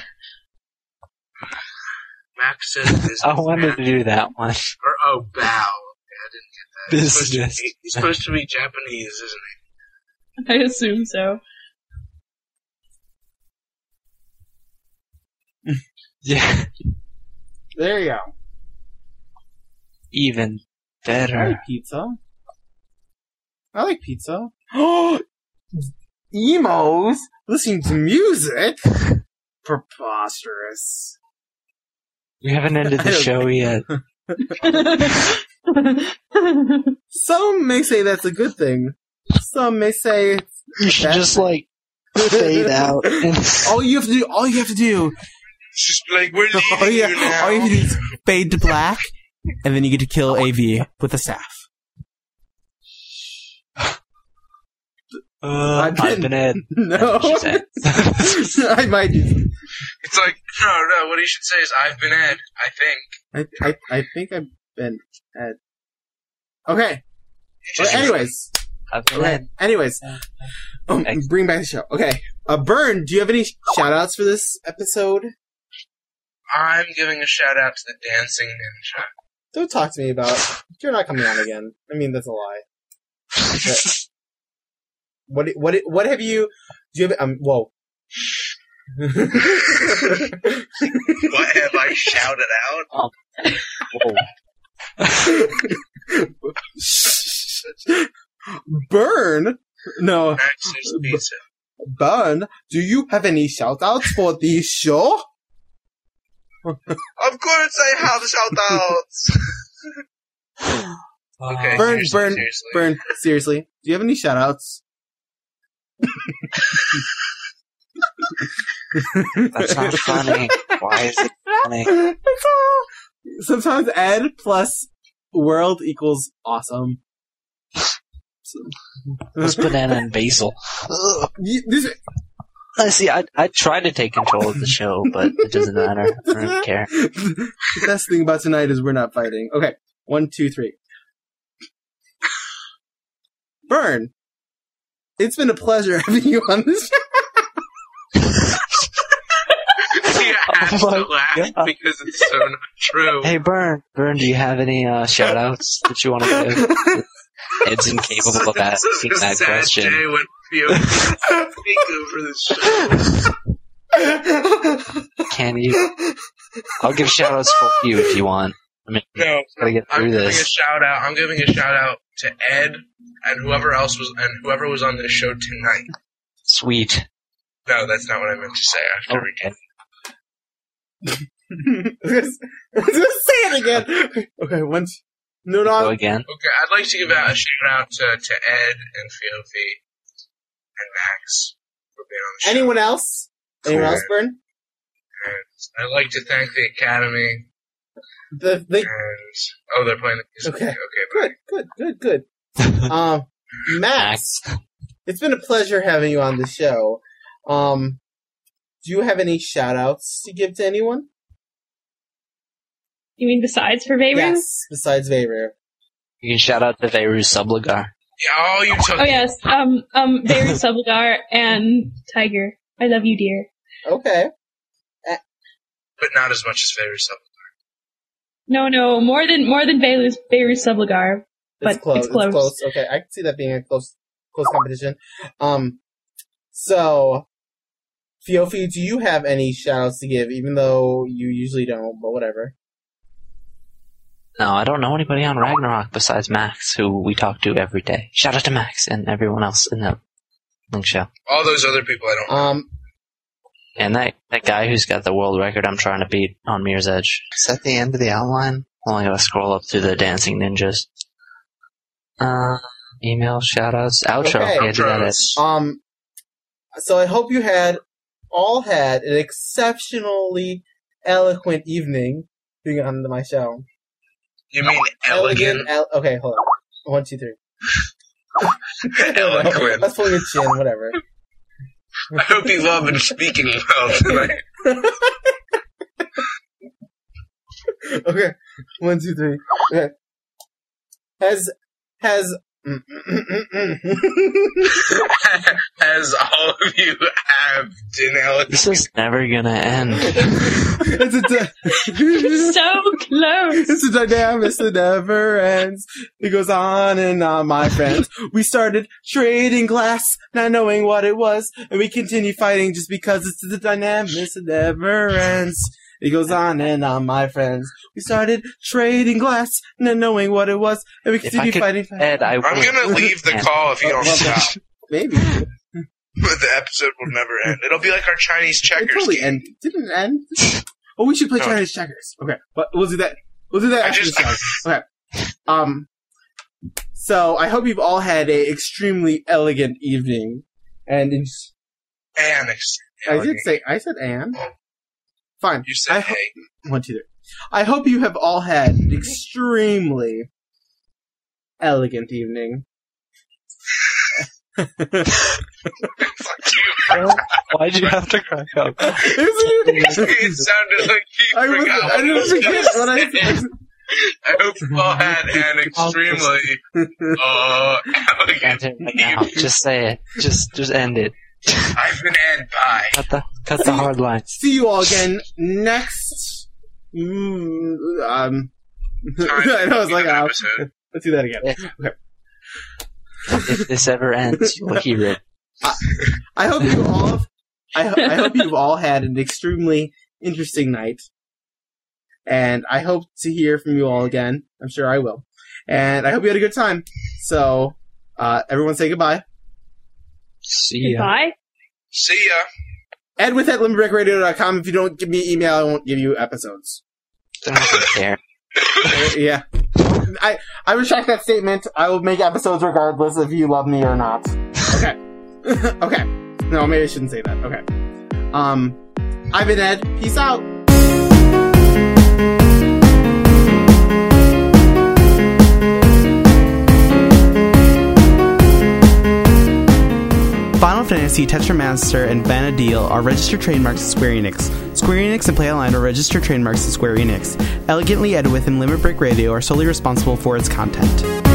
Max says this
I
is
wanted to
Mac-
do that one.
Or, oh, bow. Yeah, I didn't get that. He's
This is
supposed to
just-
be- he's supposed to be Japanese, isn't he?
I assume so.
Yeah,
There you go.
even
I
better.
like pizza. I like pizza. Emos listening to music. Preposterous.
We haven't ended the show yet.
Some may say that's a good thing. Some may say
You should
That's-
just like fade out. And
all you have to do. All you have to do.
It's just like, we're leaving
Oh,
All you,
you now.
all you have to do is fade to black, and then you get to kill
Oh.
AV with a staff.
Uh, I've been Ed.
No,
That's what she
I might.
It's like, no, no, what he should say is, I've been Ed, I think.
I, I, I think I've been at. Okay.
He
Well,
just-
anyways,
I've been
okay.
Ed.
anyways, um,
Thanks.
bring back the show. Okay, uh, Burn, do you have any shout outs for this episode?
I'm giving a shout out to the Dancing Ninja.
Don't talk to me about. You're not coming on again. I mean, that's a lie. But- what? What? What have you? Do you have? Um. Whoa.
What have I shouted out?
Whoa.
Burn. No.
Max's Pizza.
Burn, do you have any shout outs for the show?
Of course I have shout outs! okay,
Burn,
seriously,
burn,
seriously.
Burn, seriously, do you have any shout outs?
that's not funny. Why is it funny?
Sometimes Ed plus world equals awesome.
It's banana and basil.
Ugh.
Y- this-
I see. I I tried to take control of the show, but it doesn't matter. I don't care.
the best thing about tonight is we're not fighting. Okay, one, two, three. Burn, it's been a pleasure having you on this
See, I have
Oh my
to laugh
God.
because it's so not true.
Hey, Burn. Burn, do you have any uh, shout outs that you want to give? Ed's incapable of
This is
asking
a
that
sad
question.
day when you speak over the show.
Can you? I'll give shout outs for you if you want. I mean,
No,
gotta get
I'm
through
giving a
this.
shout out. I'm giving a shout out to Ed and whoever else was and whoever was on this show tonight.
Sweet.
No, that's not what I meant to say. After we
Okay.
I was gonna say it again. Okay, once. No, no.
Go
I'm-
again.
Okay, I'd like to give out a shout out to, to Ed and Fiofi and Max for being on the show.
Anyone else? Anyone
Cool.
else, Burn?
And I'd like to thank the Academy
The, the,
and oh, they're playing. The,
Okay.
okay,
good, good, good, good. Um, Max, it's been a pleasure having you on the show. Um, do you have any shout outs to give to anyone?
You mean besides for Vayron?
Yes, besides Vayru.
You can shout out to Veru Subligar.
Yeah, Oh, you took.
Oh yes. Um um Vayron Subligar and Tiger. I love you, dear.
Okay.
but not as much as favorite sub.
No, no, more than more than Vayru's Vayru Subligar. But it's close.
Okay, I can see that being a close, close competition. Um, so, Fiofi, do you have any shout outs to give, even though you usually don't, but whatever?
No, I don't know anybody on Ragnarok besides Max, who we talk to every day. Shout out to Max and everyone else in the Link Show.
All those other people I don't.
Um,
And that, that guy who's got the world record I'm trying to beat on Mirror's Edge. Is that the end of the outline? Only gotta scroll up through the dancing ninjas. Uh, email, shoutouts, outro.
Okay.
Yeah, do that it.
Um, so I hope you had all had an exceptionally eloquent evening being on my show.
You mean elegant?
el- okay, hold on. One, two, three.
Eloquent.
Let's pull your chin, whatever.
I hope you've all been speaking well tonight.
Okay, one, two, three. Okay. Has has
As all of you have denali
This is never gonna end.
it's a di-
so close.
it's a dynamic that never ends. It goes on and on, my friends. We started trading glass, not knowing what it was, and we continue fighting just because it's the dynamic that never ends. It goes on and on, my friends. We started trading glass, not knowing what it was, and we
I
continue
could
fighting.
Ed, I
I'm
will.
gonna leave the
Yeah.
call if you don't
Well,
stop.
Maybe
the episode will never end. It'll be like our Chinese
it
checkers.
totally
game.
end. Didn't it end. Oh, we should play
No.
Chinese checkers. Okay, but we'll do that. We'll do that
I
after
just
the show. Um, so I hope you've all had a extremely elegant evening, and in,
annex.
I did say I said and fine.
You said
I
hey.
ho- one, two, three. I hope you have all had an extremely elegant evening.
Fuck you.
Why'd you have to crack up?
it sounded like you
I, was,
forgot.
I didn't
what I
forget
was
what I
gonna
said.
say. I hope you all had an extremely uh,
End
elegant.
it right now. Just say it. Just just end it.
I've been ad by.
Cut the cut the hard lines.
see you all again next. Mm, um, I know it's like oh,
episode.
let's do that again.
If this ever ends, you'll hear it.
I hope you all. I, I hope you've all had an extremely interesting night, and I hope to hear from you all again. I'm sure I will, and I hope you had a good time. So, uh, everyone, say goodbye.
See ya.
Bye.
See ya.
Ed with at limbreakradio.com. If you don't give me email, I won't give you episodes.
I don't even care.
Uh, yeah, I I retract that statement. I will make episodes regardless if you love me or not. Okay, okay. No, maybe I shouldn't say that. Okay. Um, I've been Ed. Peace out. Final Fantasy, Tetramaster, and Vanadil are registered trademarks of Square Enix. Square Enix and PlayAline are registered trademarks of Square Enix. Elegantly Edwith and Limit Break Radio are solely responsible for its content.